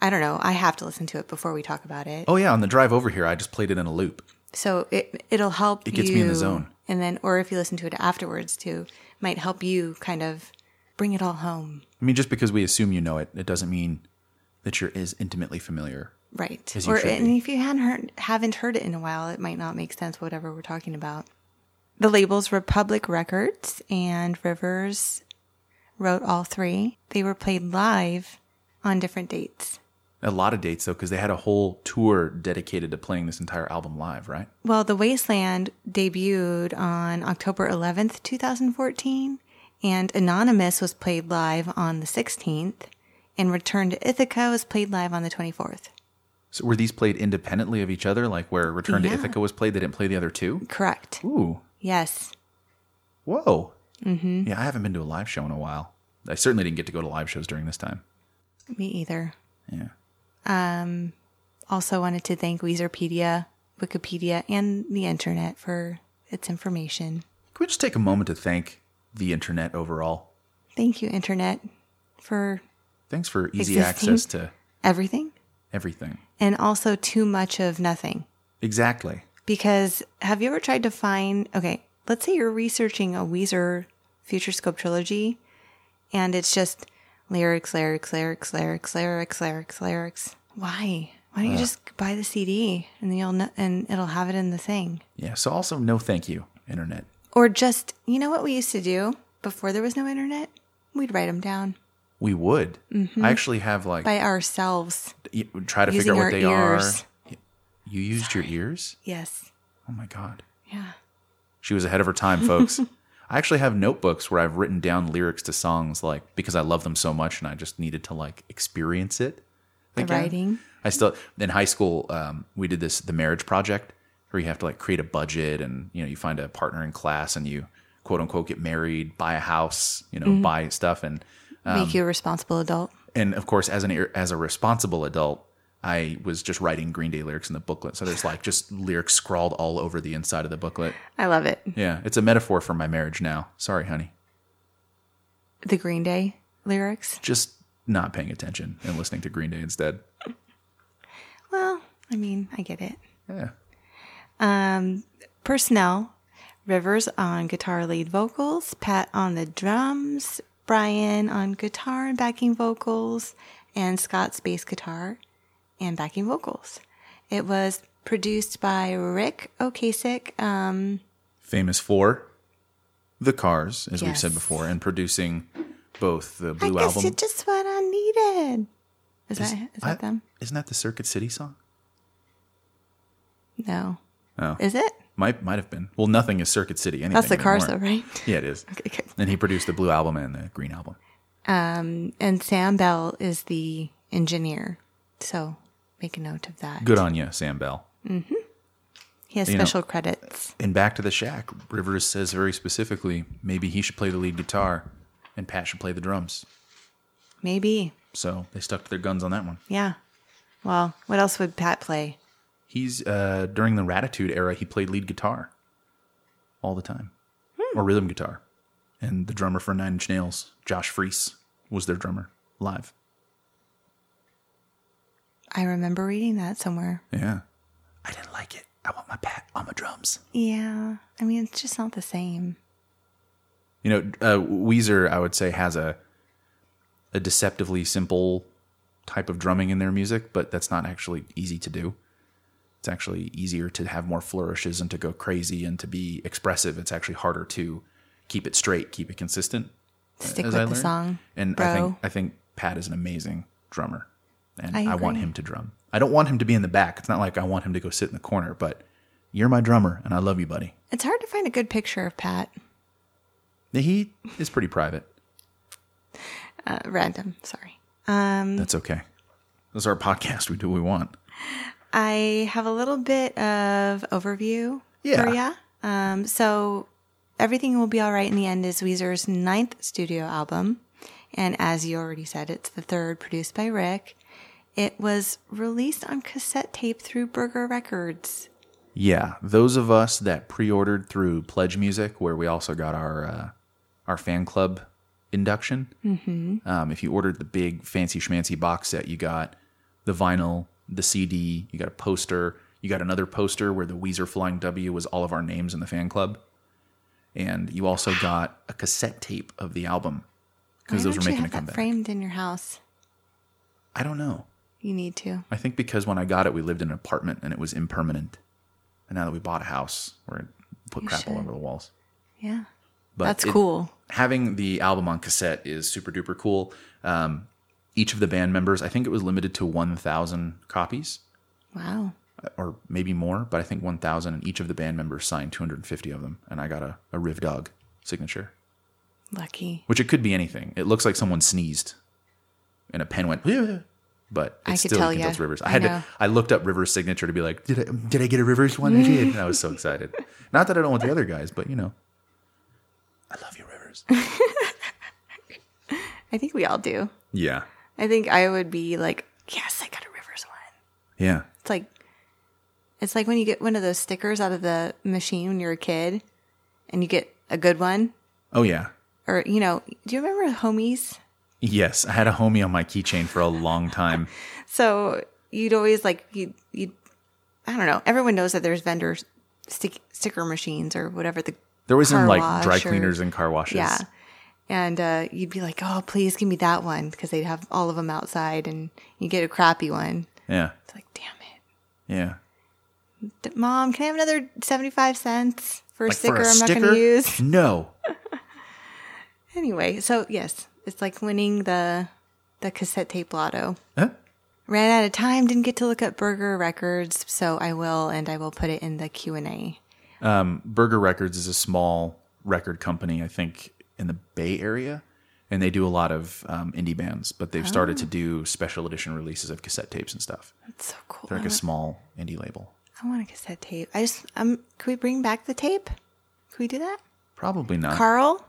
Speaker 2: I don't know, I have to listen to it before we talk about it.
Speaker 1: Oh yeah, on the drive over here, I just played it in a loop.
Speaker 2: So it it'll help
Speaker 1: It gets me in the
Speaker 2: you-
Speaker 1: zone.
Speaker 2: And then or if you listen to it afterwards too, might help you kind of bring it all home.
Speaker 1: I mean, just because we assume you know it, it doesn't mean that you're as intimately familiar.
Speaker 2: Right.
Speaker 1: As you
Speaker 2: Or
Speaker 1: should
Speaker 2: and
Speaker 1: be.
Speaker 2: if you hadn't heard, haven't heard it in a while, it might not make sense whatever we're talking about. The labels were Public Records and Rivers wrote all three. They were played live on different dates.
Speaker 1: A lot of dates though, because they had a whole tour dedicated to playing this entire album live, right?
Speaker 2: Well, The Wasteland debuted on October 11th, 2014, and Anonymous was played live on the 16th, and Return to Ithaca was played live on the 24th.
Speaker 1: So were these played independently of each other? Like where Return
Speaker 2: Yeah.
Speaker 1: to Ithaca was played, they didn't play the other two?
Speaker 2: Correct.
Speaker 1: Ooh.
Speaker 2: Yes.
Speaker 1: Whoa. Mm-hmm. Yeah, I haven't been to a live show in a while. I certainly didn't get to go to live shows during this time.
Speaker 2: Me either.
Speaker 1: Yeah.
Speaker 2: Um, also wanted to thank Weezerpedia, Wikipedia, and the internet for its information.
Speaker 1: Can we just take a moment to thank the internet overall?
Speaker 2: Thank you, internet, for
Speaker 1: Thanks for easy
Speaker 2: Existing.
Speaker 1: access to
Speaker 2: everything
Speaker 1: everything.
Speaker 2: and also too much of nothing.
Speaker 1: Exactly.
Speaker 2: Because have you ever tried to find, okay, let's say you're researching a Weezer Future Scope trilogy and it's just lyrics, lyrics, lyrics, lyrics, lyrics, lyrics, lyrics. Why? Why don't you just buy the CD and then you'll know, and it'll have it in the thing?
Speaker 1: Yeah. So also no thank you, internet.
Speaker 2: Or just, you know what we used to do before there was no internet? We'd write them down
Speaker 1: We would. I actually have like
Speaker 2: Mm-hmm. by ourselves.
Speaker 1: y- try to figure
Speaker 2: using
Speaker 1: out what
Speaker 2: our
Speaker 1: they
Speaker 2: ears.
Speaker 1: are. Y- You used your ears?
Speaker 2: Yes.
Speaker 1: Oh my god.
Speaker 2: Yeah.
Speaker 1: She was ahead of her time,
Speaker 2: <laughs>
Speaker 1: folks. I actually have notebooks where I've written down lyrics to songs like because I love them so much and I just needed to like experience it.
Speaker 2: The
Speaker 1: again.
Speaker 2: writing.
Speaker 1: I still in high school um, we did this the marriage project where you have to like create a budget and you know you find a partner in class and you quote unquote get married, buy a house, you know, buy stuff and
Speaker 2: Make you a responsible adult.
Speaker 1: and of course as an as a responsible adult I was just writing Green Day lyrics in the booklet. So there's like just lyrics scrawled all over the inside of the booklet.
Speaker 2: I love it.
Speaker 1: Yeah, it's a metaphor for my marriage now. Sorry, honey.
Speaker 2: The Green Day lyrics.
Speaker 1: Just not paying attention and listening to Green Day instead.
Speaker 2: Well, I mean, I get it.
Speaker 1: Yeah.
Speaker 2: Um, personnel Rivers on guitar lead vocals, Pat on the drums, Brian on guitar and backing vocals, and Scott's bass guitar and backing vocals. It was produced by Rick Okasik. Um,
Speaker 1: famous for the Cars, as we've
Speaker 2: Yes.
Speaker 1: said before, and producing both the Blue
Speaker 2: I guess
Speaker 1: album.
Speaker 2: it's just what I needed. Is, that is that
Speaker 1: I-
Speaker 2: them?
Speaker 1: Isn't that the Circuit City song?
Speaker 2: No.
Speaker 1: Oh.
Speaker 2: Is it?
Speaker 1: Might might have been. Well, nothing is Circuit City. Anything
Speaker 2: That's the cars, though,
Speaker 1: anymore.
Speaker 2: right?
Speaker 1: Yeah, it is.
Speaker 2: Okay, good.
Speaker 1: And he produced the Blue album and the Green album.
Speaker 2: Um, and Sam Bell is the engineer. So make a note of that.
Speaker 1: Good on you, Sam Bell.
Speaker 2: He has
Speaker 1: You know-
Speaker 2: special credits.
Speaker 1: And back to the shack. Rivers says very specifically, maybe he should play the lead guitar, and Pat should play the drums.
Speaker 2: Maybe.
Speaker 1: So they stuck to their guns on that one.
Speaker 2: Yeah. Well, what else would Pat play?
Speaker 1: He's uh, during the Ratitude era. He played lead guitar all the time, or rhythm guitar. And the drummer for Nine Inch Nails, Josh Freese, was their drummer live.
Speaker 2: I remember reading that somewhere.
Speaker 1: Yeah, I didn't like it. I want my pat on the drums.
Speaker 2: Yeah. I mean, it's just not the same.
Speaker 1: You know, uh, Weezer, I would say, has a a deceptively simple type of drumming in their music, but that's not actually easy to do. It's actually easier to have more flourishes and to go crazy and to be expressive. It's actually harder to keep it straight, keep it consistent.
Speaker 2: Stick
Speaker 1: as
Speaker 2: with
Speaker 1: I
Speaker 2: the
Speaker 1: learned.
Speaker 2: song.
Speaker 1: And
Speaker 2: bro.
Speaker 1: I think I think Pat is an amazing drummer, and
Speaker 2: I
Speaker 1: I, want
Speaker 2: agree.
Speaker 1: him to drum. I don't want him to be in the back. It's not like I want him to go sit in the corner. But you're my drummer, and I love you, buddy.
Speaker 2: it's hard to find a good picture of Pat.
Speaker 1: He is pretty private.
Speaker 2: Uh, random. Sorry.
Speaker 1: That's okay. This is our podcast. We do what we want.
Speaker 2: I have a little bit of overview
Speaker 1: Yeah.
Speaker 2: for ya. Um, so everything will be all right in the end is Weezer's ninth studio album, And as you already said, it's the third produced by Rick. It was released on cassette tape through Burger Records.
Speaker 1: Yeah, those of us that pre-ordered through Pledge Music, where we also got our uh, our fan club induction. Mm-hmm. Um, if you ordered the big fancy schmancy box set, you got the vinyl, the CD, you got a poster, you got another poster where the Weezer Flying W was all of our names in the fan club, and you also got a cassette tape of the album because
Speaker 2: Why
Speaker 1: those were
Speaker 2: don't you
Speaker 1: making a
Speaker 2: have that
Speaker 1: comeback.
Speaker 2: Framed in your house.
Speaker 1: I don't know.
Speaker 2: You need to.
Speaker 1: I think because when I got it, we lived in an apartment and it was impermanent, and now that we bought a house, we're put crap all
Speaker 2: should.
Speaker 1: over the walls.
Speaker 2: Yeah.
Speaker 1: But
Speaker 2: That's
Speaker 1: it-
Speaker 2: cool.
Speaker 1: Having the album on cassette is super duper cool. Um, each of the band members, I think it was limited to 1,000 copies
Speaker 2: Wow.
Speaker 1: uh, or maybe more, but I think 1,000. And each of the band members signed 250 of them. And I got a, a Riv Dog signature,
Speaker 2: Lucky.
Speaker 1: which it could be anything. It looks like someone sneezed and a pen went, "Yeah," but
Speaker 2: I
Speaker 1: it's
Speaker 2: could
Speaker 1: still
Speaker 2: tell
Speaker 1: you can
Speaker 2: ya.
Speaker 1: it's Rivers. I
Speaker 2: I
Speaker 1: had
Speaker 2: know.
Speaker 1: to, I looked up Rivers' signature to be like, did I, did I get a Rivers one? I did. And I was so excited. Not that I don't want the other guys, but you know, I love you, Rivers.
Speaker 2: I think we all do.
Speaker 1: yeah.
Speaker 2: I think I would be like, yes, I got a Rivers one.
Speaker 1: Yeah.
Speaker 2: It's like, it's like when you get one of those stickers out of the machine when you're a kid, and you get a good one,
Speaker 1: Oh, yeah.
Speaker 2: or you know, do you remember homies?
Speaker 1: Yes, I had a homie on my keychain for a long time.
Speaker 2: So you'd always like you you, I don't know. Everyone knows that there's vendors stick, sticker machines or whatever the
Speaker 1: There was in
Speaker 2: car
Speaker 1: like
Speaker 2: wash
Speaker 1: dry
Speaker 2: or-
Speaker 1: cleaners and car washes.
Speaker 2: Yeah. And uh, you'd be like, oh, please give me that one because they'd have all of them outside and you get a crappy one.
Speaker 1: Yeah.
Speaker 2: It's like, damn it.
Speaker 1: Yeah.
Speaker 2: D- Mom, can I have another 75 cents for a
Speaker 1: Like
Speaker 2: sticker I'm not going to use?
Speaker 1: No.
Speaker 2: Anyway, so yes, it's like winning the the cassette tape lotto.
Speaker 1: Huh?
Speaker 2: Ran out of time, didn't get to look up Burger Records, so I will, and I will put it in the Q&A.
Speaker 1: Burger Records is a small record company, I think, in the Bay Area. And they do a lot of um, indie bands, but they've started to do special edition releases of cassette tapes and stuff.
Speaker 2: That's so cool.
Speaker 1: They're like a small indie label.
Speaker 2: I want a cassette tape. I just, um, can we bring back the tape? Can we do that?
Speaker 1: Probably not.
Speaker 2: Carl,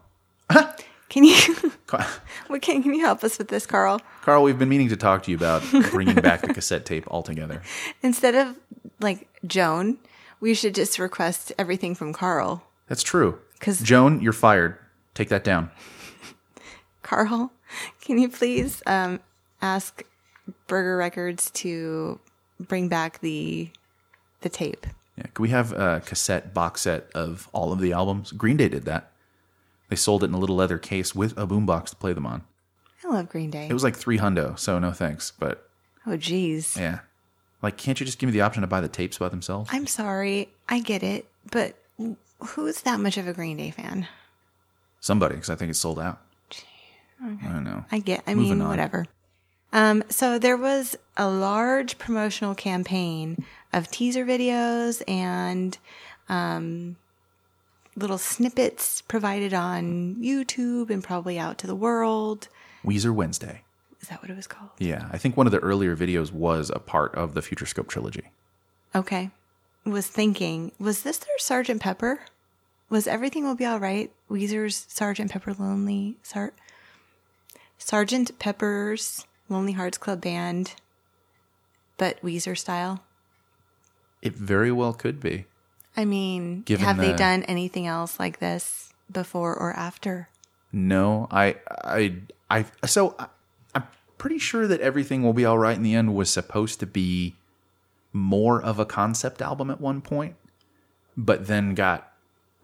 Speaker 2: can you <laughs>
Speaker 1: Car-
Speaker 2: what can, can you help us with this, Carl?
Speaker 1: Carl, we've been meaning to talk to you about bringing back the cassette tape altogether.
Speaker 2: Instead of like Joan, we should just request everything from Carl.
Speaker 1: That's true.
Speaker 2: 'Cause-
Speaker 1: Joan, you're fired. Take that down.
Speaker 2: Carl, can you please um, ask Burger Records to bring back the the tape?
Speaker 1: Yeah. Could we have a cassette box set of all of the albums? Green Day did that. They sold it in a little leather case with a boombox to play them on.
Speaker 2: I love Green Day.
Speaker 1: It was like three hundo, so no thanks. But
Speaker 2: oh, geez.
Speaker 1: yeah, like can't you just give me the option to buy the tapes by themselves?
Speaker 2: I'm sorry. I get it, but who's that much of a Green Day fan?
Speaker 1: Somebody, because I think it's sold out. I don't know.
Speaker 2: I get. I
Speaker 1: Moving
Speaker 2: mean,
Speaker 1: on.
Speaker 2: whatever. Um, so there was a large promotional campaign of teaser videos and um, little snippets provided on YouTube and probably out to the world.
Speaker 1: Weezer Wednesday.
Speaker 2: Is that what it was called?
Speaker 1: Yeah, I think one of the earlier videos was a part of the Future Scope trilogy.
Speaker 2: Okay. Was thinking, was this their Sergeant Pepper? Was everything will be all right? Weezer's Sergeant Pepper Lonely Sar- Sergeant Pepper's Lonely Hearts Club Band, but Weezer style.
Speaker 1: It very well could be.
Speaker 2: I mean,
Speaker 1: Given
Speaker 2: have they
Speaker 1: the-
Speaker 2: done anything else like this before or after?
Speaker 1: No, I, I, I. So I, I'm pretty sure that everything will be all right in the end was supposed to be more of a concept album at one point, but then got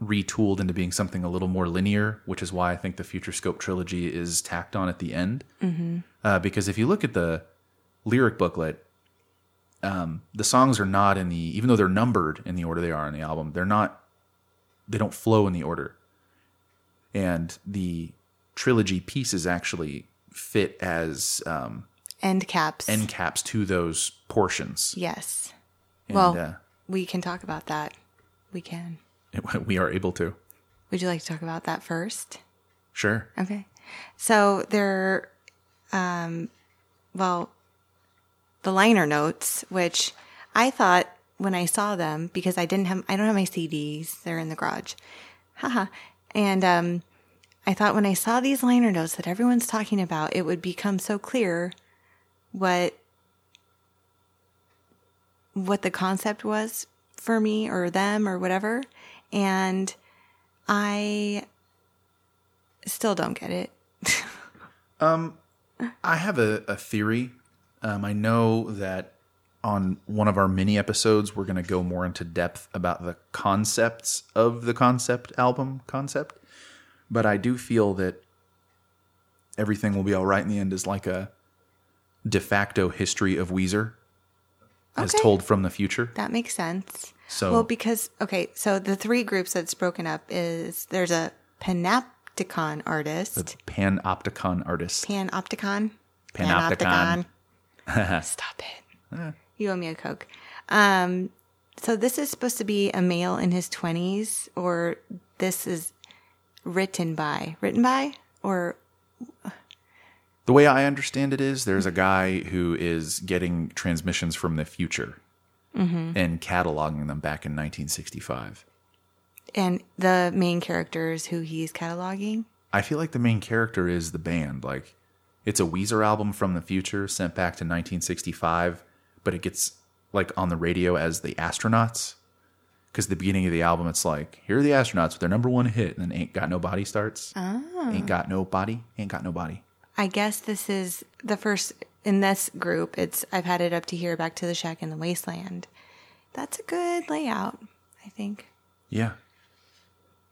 Speaker 1: retooled into being something a little more linear, which is why I think the Future Scope trilogy is tacked on at the end. Mm-hmm. Uh, because if you look at the lyric booklet, um, the songs are not in the even though they're numbered in the order they are on the album, they're not. They don't flow in the order and the trilogy pieces actually fit as um,
Speaker 2: End caps.
Speaker 1: end caps to those portions.
Speaker 2: yes.
Speaker 1: And,
Speaker 2: well,
Speaker 1: uh,
Speaker 2: we can talk about that. We can.
Speaker 1: it- uh, <laughs> we are able to.
Speaker 2: Would you like to talk about that first?
Speaker 1: Sure.
Speaker 2: Okay. So there, um, well, the liner notes, which I thought when I saw them because I didn't have, I don't have my CDs. They're in the garage. Haha. And um, I thought when I saw these liner notes that everyone's talking about, it would become so clear what what the concept was for me or them or whatever. And I still don't get it.
Speaker 1: Um, I have a, a theory. Um, I know that on one of our mini episodes, we're going to go more into depth about the concepts of the concept album concept. But I do feel that everything will be all right in the end is like a de facto history of Weezer as
Speaker 2: Okay.
Speaker 1: told from the future.
Speaker 2: That makes sense.
Speaker 1: So-
Speaker 2: well, because okay, so the three groups that's broken up is there's a panopticon artist,
Speaker 1: Panopticon artist.
Speaker 2: panopticon,
Speaker 1: Panopticon. <laughs> Eh.
Speaker 2: Panopticon. Stop it. You owe me a coke. Um, so this is supposed to be a male in his twenties, or this is written by, written by, or
Speaker 1: The way I understand it is there's a guy who is getting transmissions from the future and cataloging them back in 1965.
Speaker 2: and the main character is who he's cataloging.
Speaker 1: I feel like the main character is the band. Like, it's a Weezer album from the future sent back to 1965, but it gets like on the radio as the astronauts. Because the beginning of the album, it's like, here are the astronauts with their number one hit, and then Ain't Got No Body starts. Ain't Got No Body, Ain't Got No Body.
Speaker 2: I guess this is the first in this group. It's I've had it up to here, back to the shack in the wasteland. That's a good layout, I think.
Speaker 1: Yeah.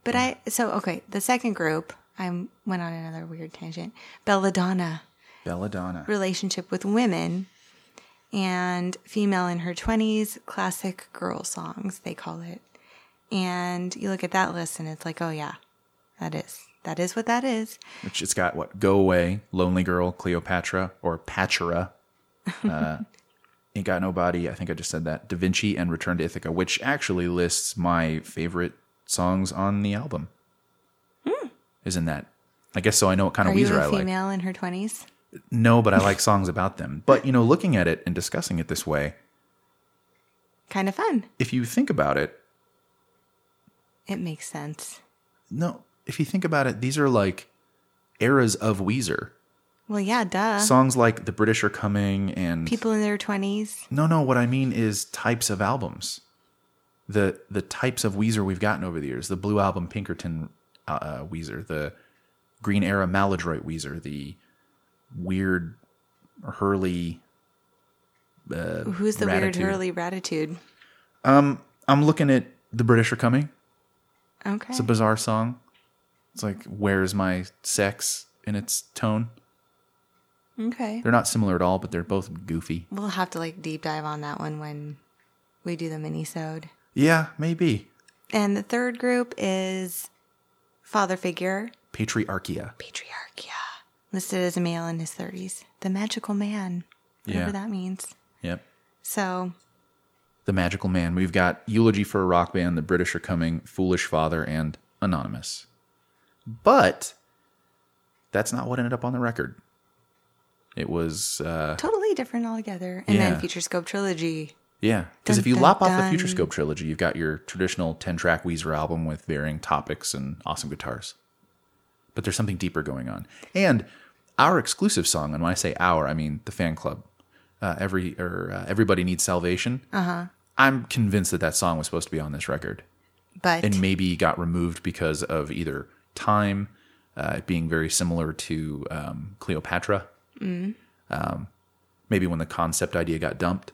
Speaker 2: But I so okay. The second group, I went on another weird tangent. Belladonna
Speaker 1: Belladonna.
Speaker 2: relationship with women and female in her twenties, classic girl songs they call it. And you look at that list, and it's like, oh yeah, that is that is what that is.
Speaker 1: which it's got what go away lonely girl cleopatra or patra uh,
Speaker 2: <laughs>
Speaker 1: ain't got nobody i think i just said that da vinci and return to ithaca which actually lists my favorite songs on the album isn't that i guess so i know what kind
Speaker 2: Hmm.
Speaker 1: of
Speaker 2: Are you
Speaker 1: weezer i
Speaker 2: a
Speaker 1: like
Speaker 2: female in her twenties?
Speaker 1: no but i
Speaker 2: <laughs>
Speaker 1: like songs about them but you know looking at it and discussing it this way
Speaker 2: Kind of fun.
Speaker 1: if you think about it
Speaker 2: It makes sense.
Speaker 1: no if you think about it these are like eras of weezer
Speaker 2: Well, yeah, duh.
Speaker 1: songs like the british are coming and
Speaker 2: Uh-huh. People in their 20s.
Speaker 1: No, no. What I mean is types of albums. The the types of Weezer we've gotten over the years. The Blue Album Pinkerton uh, uh, Weezer. The Green Era Maladroit Weezer. The weird Hurley.
Speaker 2: Who's the weird
Speaker 1: Ratitude.
Speaker 2: Hurley ratitude?
Speaker 1: I'm looking at the British are coming.
Speaker 2: Okay.
Speaker 1: It's a bizarre song. It's like where's my sex in its tone.
Speaker 2: okay.
Speaker 1: They're not similar at all, but they're both goofy.
Speaker 2: We'll have to like deep dive on that one when we do the mini sode.
Speaker 1: Yeah, maybe
Speaker 2: And the third group is father figure,
Speaker 1: patriarchia.
Speaker 2: patriarchia, listed as a male in his 30s, the magical man, whatever
Speaker 1: Yeah.
Speaker 2: that means.
Speaker 1: Yep.
Speaker 2: So,
Speaker 1: The Magical Man. We've got Eulogy for a Rock Band, The British Are Coming, Foolish Father, and Anonymous. But that's not what ended up on the record. It was, uh,
Speaker 2: totally different altogether. And
Speaker 1: Yeah.
Speaker 2: then Future Scope Trilogy.
Speaker 1: yeah. Because if
Speaker 2: Dun,
Speaker 1: you
Speaker 2: dun,
Speaker 1: lop off the
Speaker 2: dun.
Speaker 1: Future Scope trilogy, you've got your traditional 10 track Weezer album with varying topics and awesome guitars. But there's something deeper going on. And our exclusive song, and when I say our, I mean the fan club, uh, every or uh, Everybody Needs Salvation. Uh-huh. I'm convinced that that song was supposed to be on this record.
Speaker 2: But
Speaker 1: and maybe got removed because of either time, uh, it being very similar to um, Cleopatra. Um, maybe when the concept idea got dumped,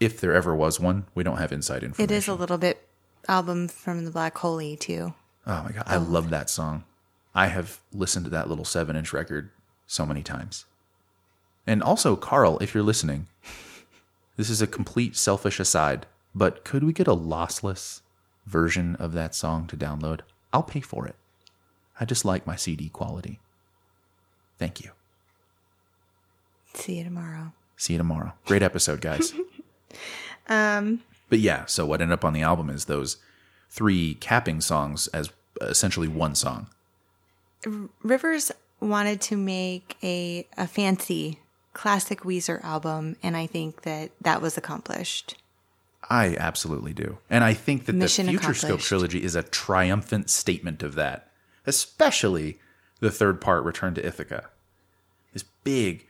Speaker 1: if there ever was one, we don't have inside
Speaker 2: it
Speaker 1: information.
Speaker 2: is a little bit album from the Black Holy, too.
Speaker 1: Oh my god, I love that song. I have listened to that little seven-inch record so many times. And also, Carl, if you're listening, <laughs> this is a complete selfish aside, but could we get a lossless version of that song to download? I'll pay for it. I just like my CD quality. Thank you.
Speaker 2: See you tomorrow.
Speaker 1: See you tomorrow. Great episode, guys. um, but yeah, so what ended up on the album is those three capping songs as essentially one song.
Speaker 2: Rivers wanted to make a, a fancy classic Weezer album, and I think that that was accomplished.
Speaker 1: I absolutely do. And I think that
Speaker 2: Mission
Speaker 1: the Future Scope
Speaker 2: accomplished.
Speaker 1: trilogy is a triumphant statement of that. especially the third part, Return to Ithaca. This big,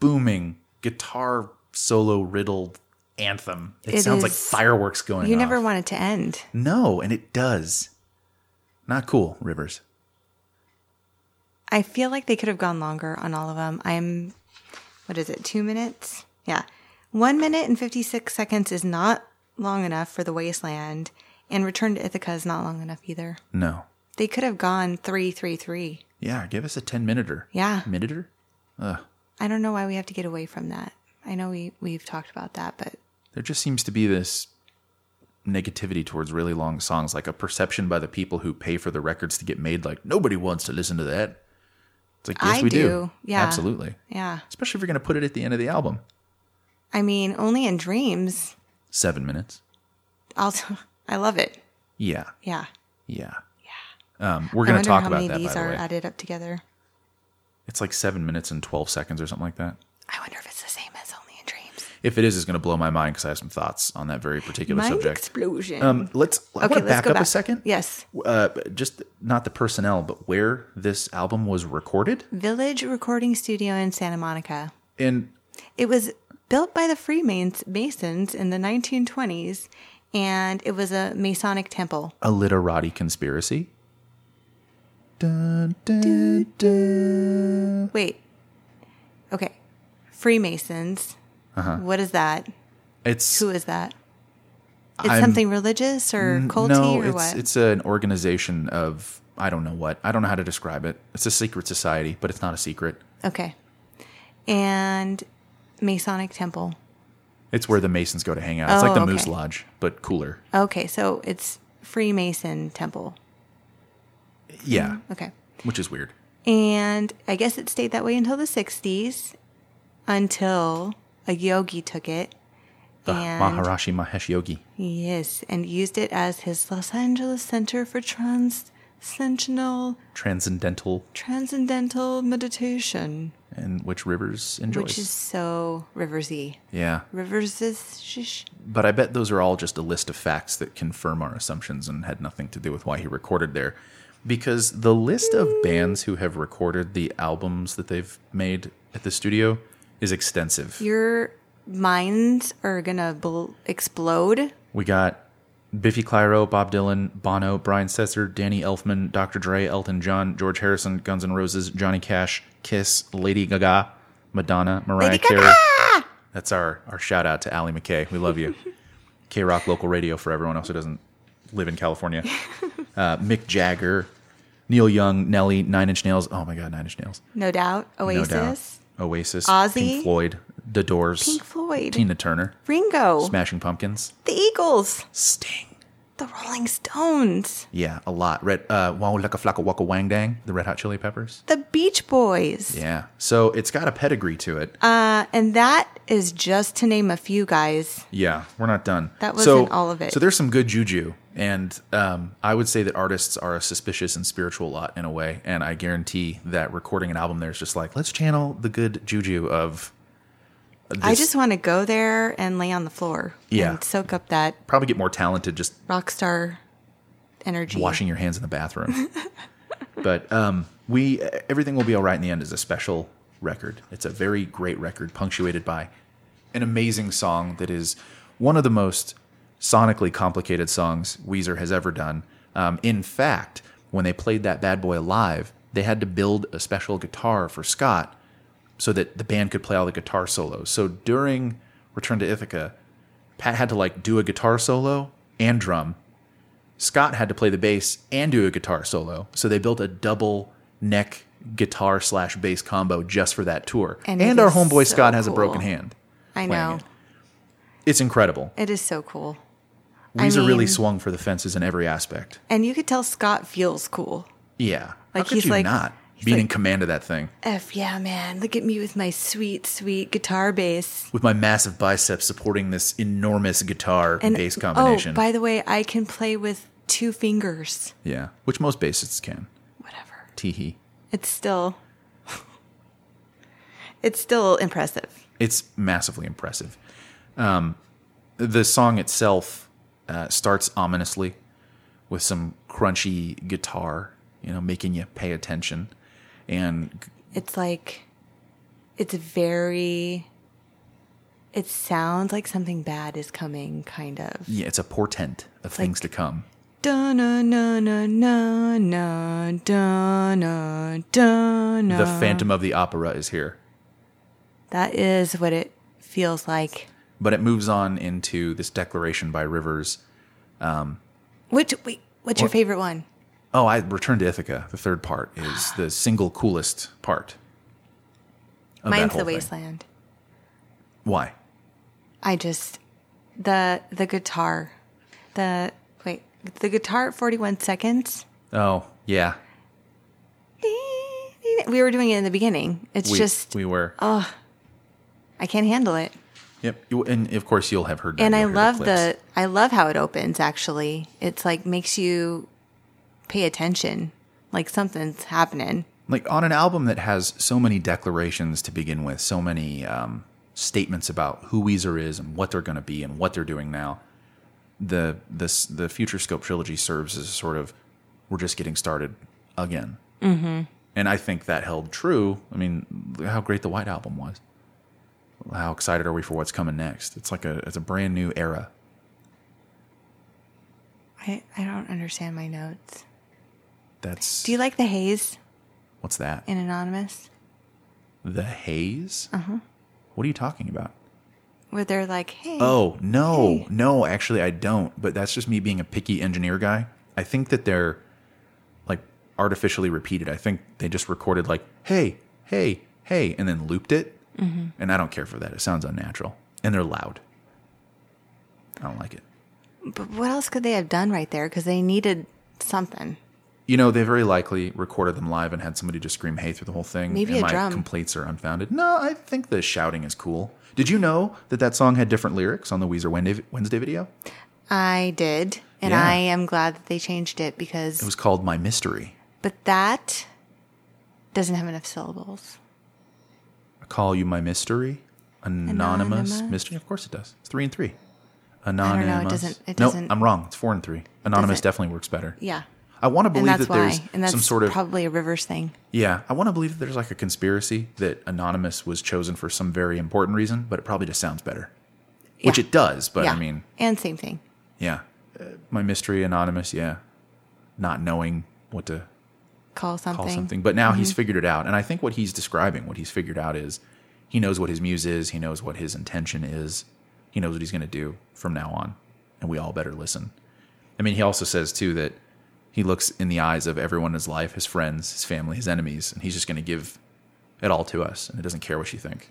Speaker 1: booming, guitar solo riddled anthem. It,
Speaker 2: It
Speaker 1: sounds like
Speaker 2: is-
Speaker 1: fireworks going
Speaker 2: You never
Speaker 1: off.
Speaker 2: want it to end.
Speaker 1: No, and it does. Not cool, Rivers.
Speaker 2: I feel like they could have gone longer on all of them. I'm, what is it, two minutes? Yeah. One minute and 56 seconds is not long enough for The Wasteland, and Return to Ithaca is not long enough either.
Speaker 1: No.
Speaker 2: They could have gone three, three, three.
Speaker 1: Yeah, give us a 10 minuter.
Speaker 2: Yeah.
Speaker 1: Minuter?
Speaker 2: I don't know why we have to get away from that. I know we, we've talked about that, but
Speaker 1: There just seems to be this negativity towards really long songs, like a perception by the people who pay for the records to get made, like, nobody wants to listen to that. It's like, yes,
Speaker 2: I
Speaker 1: we do.
Speaker 2: do. Yeah.
Speaker 1: Absolutely.
Speaker 2: yeah.
Speaker 1: Especially if you're going to put it at the end of the album.
Speaker 2: I mean, only in dreams.
Speaker 1: Seven minutes.
Speaker 2: Also, <laughs> I love it.
Speaker 1: Yeah.
Speaker 2: Yeah.
Speaker 1: Yeah. Yeah. Um, we're
Speaker 2: I
Speaker 1: going to
Speaker 2: wonder
Speaker 1: talk
Speaker 2: how
Speaker 1: about
Speaker 2: many
Speaker 1: that,
Speaker 2: of
Speaker 1: by
Speaker 2: these
Speaker 1: the
Speaker 2: are
Speaker 1: way.
Speaker 2: added up together.
Speaker 1: It's like seven minutes and 12 seconds or something like that.
Speaker 2: I wonder if it's the same as only in dreams.
Speaker 1: If it is, it's going to blow my mind because I have some thoughts on that very particular
Speaker 2: Mind
Speaker 1: subject.
Speaker 2: explosion.
Speaker 1: Um, let's I
Speaker 2: okay,
Speaker 1: want to
Speaker 2: let's
Speaker 1: back
Speaker 2: go
Speaker 1: up
Speaker 2: back
Speaker 1: a second.
Speaker 2: Yes.
Speaker 1: Uh, just not the personnel, but where this album was recorded.
Speaker 2: Village Recording Studio in Santa Monica.
Speaker 1: And
Speaker 2: It was built by the Freemasons in the 1920s, and it was a Masonic temple.
Speaker 1: a literati conspiracy. Dun, dun, dun.
Speaker 2: Wait. Okay. Freemasons.
Speaker 1: Uh-huh.
Speaker 2: What is that?
Speaker 1: It's
Speaker 2: Who is that? It's
Speaker 1: I'm-
Speaker 2: something religious or culty
Speaker 1: no,
Speaker 2: or
Speaker 1: it's
Speaker 2: what?
Speaker 1: it's an organization of I don't know what I don't know how to describe it. It's a secret society, but it's not a secret.
Speaker 2: okay. And Masonic temple.
Speaker 1: It's where the Masons go to hang out. It's like
Speaker 2: Oh,
Speaker 1: the
Speaker 2: okay.
Speaker 1: Moose Lodge, but cooler.
Speaker 2: Okay, so it's Freemason temple.
Speaker 1: Yeah,
Speaker 2: Okay.
Speaker 1: which is weird.
Speaker 2: And I guess it stayed that way until the 60s, until a yogi took it.
Speaker 1: The
Speaker 2: and
Speaker 1: Maharishi Mahesh Yogi.
Speaker 2: Yes, and used it as his Los Angeles Center for Transcendental
Speaker 1: transcendental
Speaker 2: Transcendental Meditation,
Speaker 1: and which Rivers enjoys.
Speaker 2: which is so Riversy.
Speaker 1: yeah.
Speaker 2: Rivers's shish.
Speaker 1: But I bet those are all just a list of facts that confirm our assumptions and had nothing to do with why he recorded there. Because the list of bands who have recorded the albums that they've made at the studio is extensive.
Speaker 2: Your minds are gonna bl- explode.
Speaker 1: We got Biffy Clyro, Bob Dylan, Bono, Brian Setzer, Danny Elfman, Dr. Dre, Elton John, George Harrison, Guns N' Roses, Johnny Cash, Kiss, Lady Gaga, Madonna, Mariah
Speaker 2: Lady
Speaker 1: Carey. That's our, our shout out to Allie McKay. We love
Speaker 2: <laughs>
Speaker 1: you. K Rock Local Radio for everyone else who doesn't live in California. Uh, Mick Jagger, Neil Young, Nelly, Nine Inch Nails. Oh my God, Nine Inch Nails.
Speaker 2: No doubt.
Speaker 1: No
Speaker 2: Oasis.
Speaker 1: doubt. Oasis, Pink
Speaker 2: Ozzy.
Speaker 1: Floyd, The Doors,
Speaker 2: Pink Floyd.
Speaker 1: Tina Turner,
Speaker 2: Ringo.
Speaker 1: Smashing Pumpkins,
Speaker 2: The Eagles.
Speaker 1: Sting.
Speaker 2: The Rolling Stones.
Speaker 1: Yeah, a lot. Red uh wow like a flaka waka wang dang, the red hot chili peppers.
Speaker 2: The Beach Boys.
Speaker 1: Yeah. So it's got a pedigree to it.
Speaker 2: Uh, and that is just to name a few guys.
Speaker 1: yeah, we're not done.
Speaker 2: That wasn't all of it.
Speaker 1: So there's some good juju. And um, I would say that artists are a suspicious and spiritual lot in a way. And I guarantee that recording an album there is just like, let's channel the good juju of this.
Speaker 2: I just want to go there and lay on the floor.
Speaker 1: Yeah.
Speaker 2: And soak up that
Speaker 1: probably get more talented just
Speaker 2: rock star energy.
Speaker 1: washing your hands in the bathroom. but um, we everything will be all right in the end is a special record. It's a very great record, punctuated by an amazing song that is one of the most sonically complicated songs Weezer has ever done. Um, in fact, when they played that bad boy live, they had to build a special guitar for Scott so that the band could play all the guitar solos. So during Return to Ithaca, Pat had to like do a guitar solo and drum. Scott had to play the bass and do a guitar solo. So they built a double neck guitar slash bass combo just for that tour. And,
Speaker 2: And it
Speaker 1: our
Speaker 2: is
Speaker 1: homeboy
Speaker 2: so
Speaker 1: Scott has a
Speaker 2: cool.
Speaker 1: broken hand.
Speaker 2: I
Speaker 1: playing
Speaker 2: know.
Speaker 1: it. It's incredible.
Speaker 2: It is so cool. I
Speaker 1: Weezer really
Speaker 2: mean-
Speaker 1: swung for the fences in every aspect.
Speaker 2: And you could tell Scott feels cool.
Speaker 1: Yeah.
Speaker 2: Like,
Speaker 1: How could
Speaker 2: he's
Speaker 1: you
Speaker 2: like-
Speaker 1: not
Speaker 2: he's
Speaker 1: being in
Speaker 2: like-
Speaker 1: command of that thing
Speaker 2: F yeah, man. Look at me with my sweet, sweet guitar bass.
Speaker 1: with my massive biceps supporting this enormous guitar
Speaker 2: And
Speaker 1: bass combination?
Speaker 2: Oh, by the way, I can play with two fingers.
Speaker 1: yeah, which most bassists can.
Speaker 2: Whatever.
Speaker 1: Tee hee.
Speaker 2: It's still It's still impressive.
Speaker 1: It's massively impressive. Um, the song itself uh, starts ominously with some crunchy guitar you know, making you pay attention. And
Speaker 2: It's like, it's very, it sounds like something bad is coming, kind of.
Speaker 1: yeah, it's a portent of things to come.
Speaker 2: Dun na na na na na dun na dun na.
Speaker 1: The Phantom of the Opera is here.
Speaker 2: That is what it feels like.
Speaker 1: But it moves on into this declaration by Rivers.
Speaker 2: Which wait, what's your favorite one?
Speaker 1: Oh, I returned to Ithaca. The third part is
Speaker 2: <sighs>
Speaker 1: the single coolest part. of that
Speaker 2: Mine's the
Speaker 1: whole thing.
Speaker 2: Wasteland.
Speaker 1: Why?
Speaker 2: I just the the guitar, the wait the guitar at forty one seconds.
Speaker 1: Oh, yeah.
Speaker 2: We were doing it in the beginning. It's
Speaker 1: We,
Speaker 2: just
Speaker 1: we were.
Speaker 2: I can't handle it.
Speaker 1: Yep. You- And of course, you'll have heard. That.
Speaker 2: and I
Speaker 1: You'll hear
Speaker 2: love
Speaker 1: clips.
Speaker 2: the I love how it opens. Actually, it's like makes you pay attention. Like something's happening.
Speaker 1: like on an album that has so many declarations to begin with, so many um, statements about who Weezer is and what they're going to be and what they're doing now. The this the Future Scope trilogy serves as a sort of we're just getting started again, mm-hmm. and I think that held true. I mean, look how great the White Album was. How excited are we for what's coming next? It's like a it's a brand new era.
Speaker 2: I I don't understand my notes.
Speaker 1: That's
Speaker 2: Do you like the haze
Speaker 1: what's that?
Speaker 2: in Anonymous?
Speaker 1: The haze. Uh-huh. What are you talking about?
Speaker 2: Where they're like, hey,
Speaker 1: Oh, no, no, actually, I don't. But that's just me being a picky engineer guy. I think that they're like artificially repeated. I think they just recorded like, hey, hey, hey, and then looped it.
Speaker 2: Mm-hmm.
Speaker 1: And I don't care for that. It sounds unnatural. And they're loud. I don't like it.
Speaker 2: but what else could they have done right there? Because they needed something.
Speaker 1: You know, they very likely recorded them live and had somebody just scream hey through the whole thing.
Speaker 2: Maybe
Speaker 1: and
Speaker 2: a
Speaker 1: my
Speaker 2: drum.
Speaker 1: complaints are unfounded. No, I think the shouting is cool. Did you know that that song had different lyrics on the Weezer Wednesday Wednesday video?
Speaker 2: I did, and
Speaker 1: Yeah.
Speaker 2: I am glad that they changed it because
Speaker 1: It was called My Mystery.
Speaker 2: but that doesn't have enough syllables.
Speaker 1: I call you my mystery. Anonymous,
Speaker 2: Anonymous?
Speaker 1: mystery. Of course it does. It's three and three.
Speaker 2: know. It
Speaker 1: Anonymous.
Speaker 2: doesn't- it
Speaker 1: No,
Speaker 2: doesn't-
Speaker 1: I'm wrong. It's four and three. Anonymous
Speaker 2: Doesn't-
Speaker 1: definitely works better.
Speaker 2: Yeah.
Speaker 1: I want to
Speaker 2: And
Speaker 1: believe
Speaker 2: that's
Speaker 1: that there's
Speaker 2: why. And that's
Speaker 1: some sort of
Speaker 2: probably a Rivers thing.
Speaker 1: yeah. I want to believe that there's like a conspiracy that anonymous was chosen for some very important reason, but it probably just sounds better, which
Speaker 2: Yeah.
Speaker 1: it does. But
Speaker 2: yeah.
Speaker 1: I mean,
Speaker 2: and same thing.
Speaker 1: yeah, uh, my mystery anonymous. Yeah, not knowing what to
Speaker 2: Call something.
Speaker 1: call something. But now he's figured it out. And I think what he's describing, what he's figured out is he knows what his muse is, he knows what his intention is, he knows what he's going to do from now on. And we all better listen. I mean, he also says, too, that he looks in the eyes of everyone in his life, his friends, his family, his enemies, and he's just going to give it all to us. And it doesn't care what you think.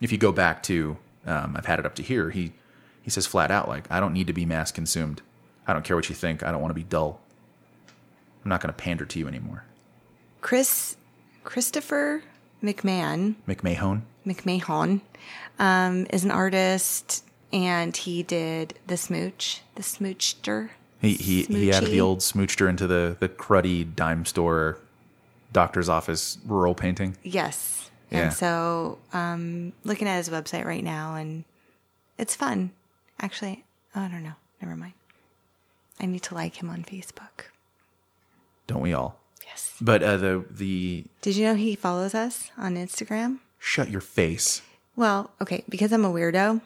Speaker 1: If you go back to, um, I've had it up to here, he, he says flat out, like, I don't need to be mass consumed. I don't care what you think. I don't want to be dull. I'm not going to pander to you anymore.
Speaker 2: Chris Christopher McMahon
Speaker 1: McMahon.
Speaker 2: McMahon um, is an artist and he did the smooch, the smoochster.
Speaker 1: He he, he added the
Speaker 2: Smoochie.
Speaker 1: old smoochter into the the cruddy dime store doctor's office rural painting.
Speaker 2: Yes.
Speaker 1: Yeah.
Speaker 2: And so um looking at his website right now and it's fun. Actually, I don't know. Never mind. I need to like him on Facebook.
Speaker 1: Don't we all?
Speaker 2: Yes.
Speaker 1: But uh, the the
Speaker 2: Did you know he follows us on Instagram?
Speaker 1: shut your face.
Speaker 2: Well, okay, because I'm a weirdo,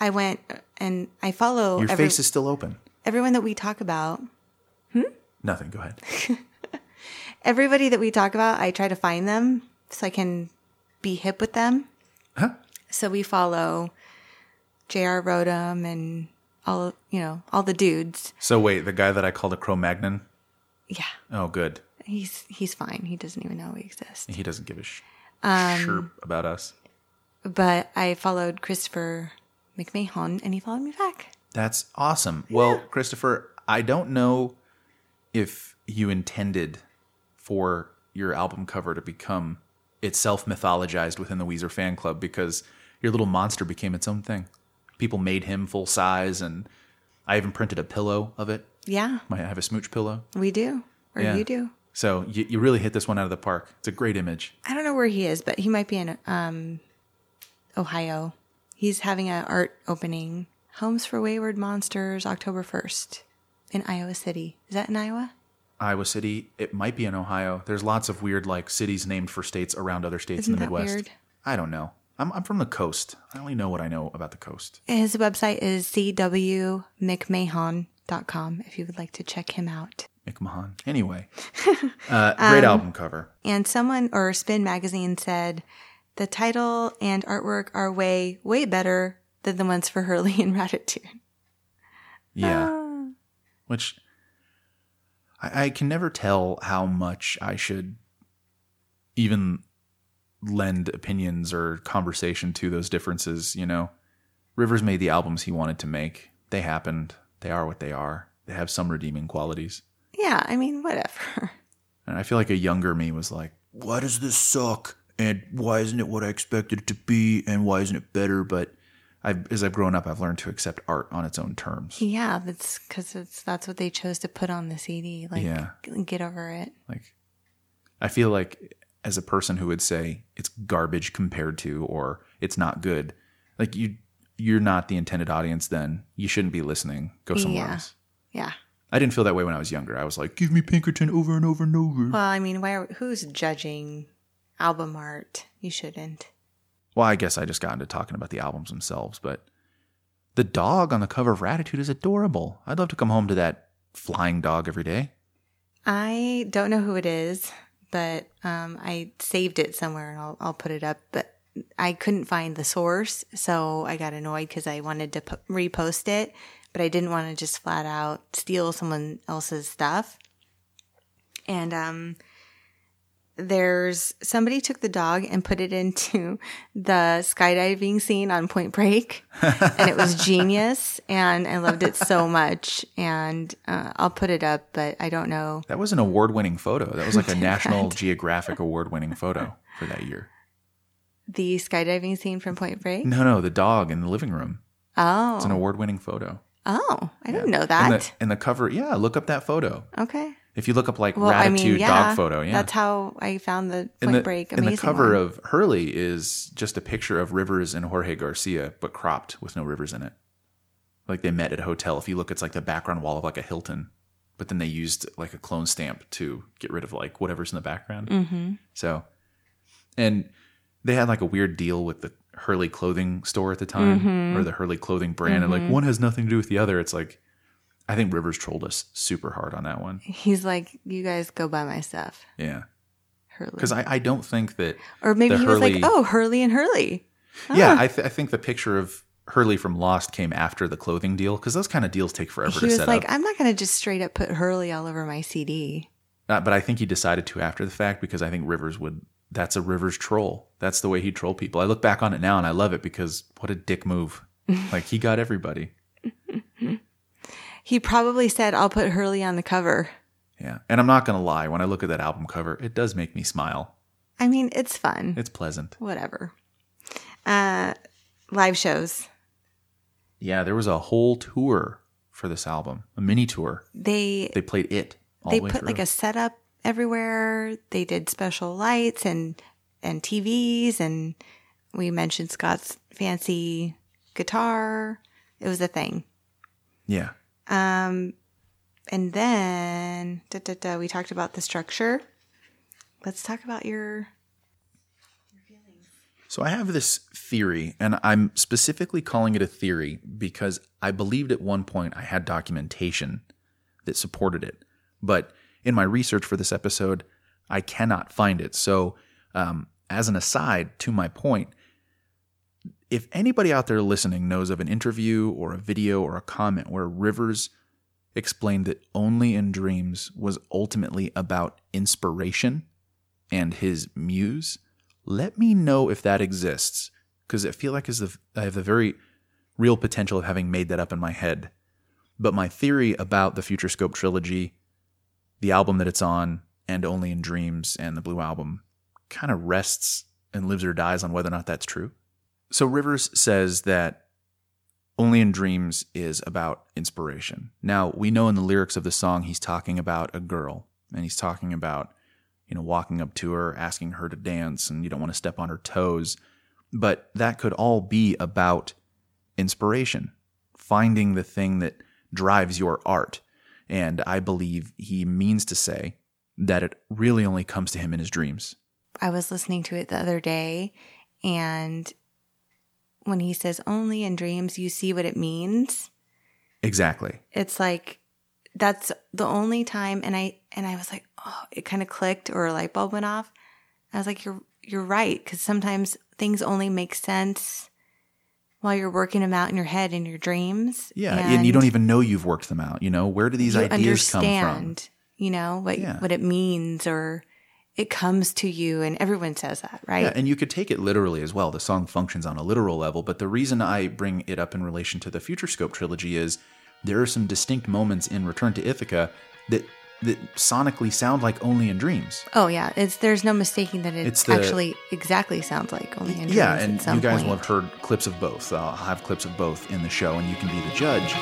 Speaker 2: I went and I follow
Speaker 1: Your
Speaker 2: every-
Speaker 1: face is still open.
Speaker 2: everyone that we talk about.
Speaker 1: Nothing. Go ahead.
Speaker 2: Everybody that we talk about, I try to find them so I can be hip with them.
Speaker 1: Huh?
Speaker 2: So we follow J.R. Rodham and all you know, all the dudes.
Speaker 1: So wait, the guy that I called a Cro-Magnon.
Speaker 2: Yeah,
Speaker 1: Oh, good.
Speaker 2: he's he's fine. He doesn't even know we exist.
Speaker 1: He doesn't give a sh-
Speaker 2: Um,
Speaker 1: sure about us.
Speaker 2: But I followed Christopher McMahon, and he followed me back.
Speaker 1: That's awesome. Well, Christopher, I don't know if you intended for your album cover to become itself mythologized within the Weezer fan club because your little monster became its own thing. People made him full size, and I even printed a pillow of it.
Speaker 2: Yeah,
Speaker 1: My- I have a smooch pillow.
Speaker 2: we do, or you do.
Speaker 1: So you, you really hit this one out of the park. It's a great image.
Speaker 2: I don't know where he is, but he might be in um, Ohio. He's having an art opening, Homes for Wayward Monsters, October first in Iowa City. Is that in Iowa?
Speaker 1: Iowa City. It might be in Ohio. There's lots of weird like cities named for states around other states
Speaker 2: Isn't
Speaker 1: in the
Speaker 2: that
Speaker 1: Midwest.
Speaker 2: weird?
Speaker 1: I don't know. I'm, I'm from the coast. I only know what I know about the coast.
Speaker 2: His website is cwmcmahon.com if you would like to check him out.
Speaker 1: McMahon.
Speaker 2: <laughs>
Speaker 1: Anyway, uh,
Speaker 2: Um,
Speaker 1: great album cover.
Speaker 2: And someone or Spin Magazine said the title and artwork are way, way better than the ones for Hurley and Ratatouille. uh,
Speaker 1: Yeah. Which I, I can never tell how much I should even lend opinions or conversation to those differences, you know. Rivers made the albums he wanted to make. They happened. They are what they are. They have some redeeming qualities.
Speaker 2: Yeah, I mean, whatever.
Speaker 1: And I feel like a younger me was like, why does this suck? And why isn't it what I expected it to be? And why isn't it better? But I've, as I've grown up, I've learned to accept art on its own terms.
Speaker 2: Yeah, that's because it's that's what they chose to put on the CD. Like,
Speaker 1: Yeah.
Speaker 2: g- get over it.
Speaker 1: Like, I feel like as a person who would say it's garbage compared to, or it's not good, like you, you're not the intended audience. Then you shouldn't be listening. Go somewhere
Speaker 2: Yeah.
Speaker 1: else.
Speaker 2: Yeah.
Speaker 1: I didn't feel that way when I was younger. I was like, give me Pinkerton over and over and over.
Speaker 2: Well, I mean, why? Are, who's judging album art? You shouldn't.
Speaker 1: Well, I guess I just got into talking about the albums themselves, but the dog on the cover of Ratitude is adorable. I'd love to come home to that flying dog every day.
Speaker 2: I don't know who it is, but um, I saved it somewhere and I'll, I'll put it up. But I couldn't find the source, so I got annoyed because I wanted to po- repost it, but I didn't want to just flat out steal someone else's stuff. And um, there's somebody took the dog and put it into <laughs> the skydiving scene on Point Break, and it was genius, and I loved it so much. And uh, I'll put it up, but I don't know
Speaker 1: That was an award winning photo. That was
Speaker 2: <laughs>
Speaker 1: like a National Geographic award winning photo for that year.
Speaker 2: the skydiving scene from Point Break?
Speaker 1: No, no, the dog in the living room.
Speaker 2: Oh,
Speaker 1: It's an award winning photo.
Speaker 2: oh, I didn't know
Speaker 1: And
Speaker 2: that.
Speaker 1: the, and the cover, yeah, look up that photo.
Speaker 2: okay,
Speaker 1: If you look up like
Speaker 2: well,
Speaker 1: Ratitude
Speaker 2: I mean, yeah,
Speaker 1: dog photo, yeah.
Speaker 2: that's how I found the Point
Speaker 1: and the,
Speaker 2: Break
Speaker 1: and
Speaker 2: amazing.
Speaker 1: the cover
Speaker 2: one.
Speaker 1: of Hurley is just a picture of Rivers and Jorge Garcia, but cropped with no Rivers in it. Like they met at a hotel. If you look, it's like the background wall of like a Hilton, but then they used like a clone stamp to get rid of like whatever's in the background.
Speaker 2: Mhm.
Speaker 1: So, and they had like a weird deal with the Hurley clothing store at the time
Speaker 2: Mm-hmm.
Speaker 1: or the Hurley clothing brand. And like one has nothing to do with the other. It's like, I think Rivers trolled us super hard on that one.
Speaker 2: he's like, "You guys go buy my stuff,
Speaker 1: Yeah.
Speaker 2: Hurley,"
Speaker 1: Because I, I don't think that
Speaker 2: or maybe
Speaker 1: the
Speaker 2: he was
Speaker 1: Hurley-
Speaker 2: like, "Oh, Hurley and Hurley."
Speaker 1: Yeah, I, th- I think the picture of Hurley from Lost came after the clothing deal because those kind of deals take forever
Speaker 2: He
Speaker 1: to
Speaker 2: was
Speaker 1: set
Speaker 2: like,
Speaker 1: up.
Speaker 2: "I'm not going to just straight up put Hurley all over my CD."
Speaker 1: Uh, but I think he decided to after the fact because I think Rivers would. That's a Rivers troll. That's the way he troll people. I look back on it now and I love it because what a dick
Speaker 2: <laughs>
Speaker 1: move. like he got everybody.
Speaker 2: He probably said, "I'll put Hurley on the cover."
Speaker 1: Yeah, and I'm not gonna lie. When I look at that album cover, it does make me smile.
Speaker 2: I mean, it's fun.
Speaker 1: It's pleasant.
Speaker 2: Whatever. Uh, live shows.
Speaker 1: Yeah, there was a whole tour for this album, a mini tour.
Speaker 2: They
Speaker 1: They played it. All
Speaker 2: they
Speaker 1: the way
Speaker 2: put
Speaker 1: through.
Speaker 2: like a setup everywhere. They did special lights and and TVs and we mentioned Scott's fancy guitar. It was a thing.
Speaker 1: yeah.
Speaker 2: Um and then da, da, da, we talked about the structure. Let's talk about your
Speaker 1: So I have this theory, and I'm specifically calling it a theory because I believed at one point I had documentation that supported it. But in my research for this episode, I cannot find it. So, um, as an aside to my point, if anybody out there listening knows of an interview or a video or a comment where Rivers explained that Only in Dreams was ultimately about inspiration and his muse, let me know if that exists because I feel like is the I have the very real potential of having made that up in my head. But my theory about the Future Scope trilogy, the album that it's on, and Only in Dreams and the Blue Album kind of rests and lives or dies on whether or not that's true. So Rivers says that Only in Dreams is about inspiration. Now, we know in the lyrics of the song he's talking about a girl and he's talking about you know, walking up to her, asking her to dance, and you don't want to step on her toes. But that could all be about inspiration, finding the thing that drives your art. And I believe he means to say that it really only comes to him in his dreams.
Speaker 2: I was listening to it the other day, and when he says, only in dreams you see what it means,
Speaker 1: Exactly.
Speaker 2: it's like, that's the only time. And I, and I was like, oh, it kind of clicked or a light bulb went off. I was like, you're, you're right. Cause sometimes things only make sense while you're working them out in your head in your dreams.
Speaker 1: Yeah. And, you don't even know you've worked them out. You know, where do these
Speaker 2: you
Speaker 1: ideas come from?
Speaker 2: understand, you know, what,
Speaker 1: Yeah.
Speaker 2: what it means or it comes to you. And everyone says that, right?
Speaker 1: Yeah, and you could take it literally as well. The song functions on a literal level, but the reason I bring it up in relation to the Future Scope trilogy is there are some distinct moments in Return to Ithaca that that sonically sound like only in dreams.
Speaker 2: Oh yeah, it's there's no mistaking that it
Speaker 1: It's the-
Speaker 2: actually exactly sounds like only in
Speaker 1: yeah,
Speaker 2: Dreams
Speaker 1: and
Speaker 2: at some
Speaker 1: you guys
Speaker 2: point.
Speaker 1: will have heard clips of both. Uh, I'll have clips of both in the show, and you can be the judge.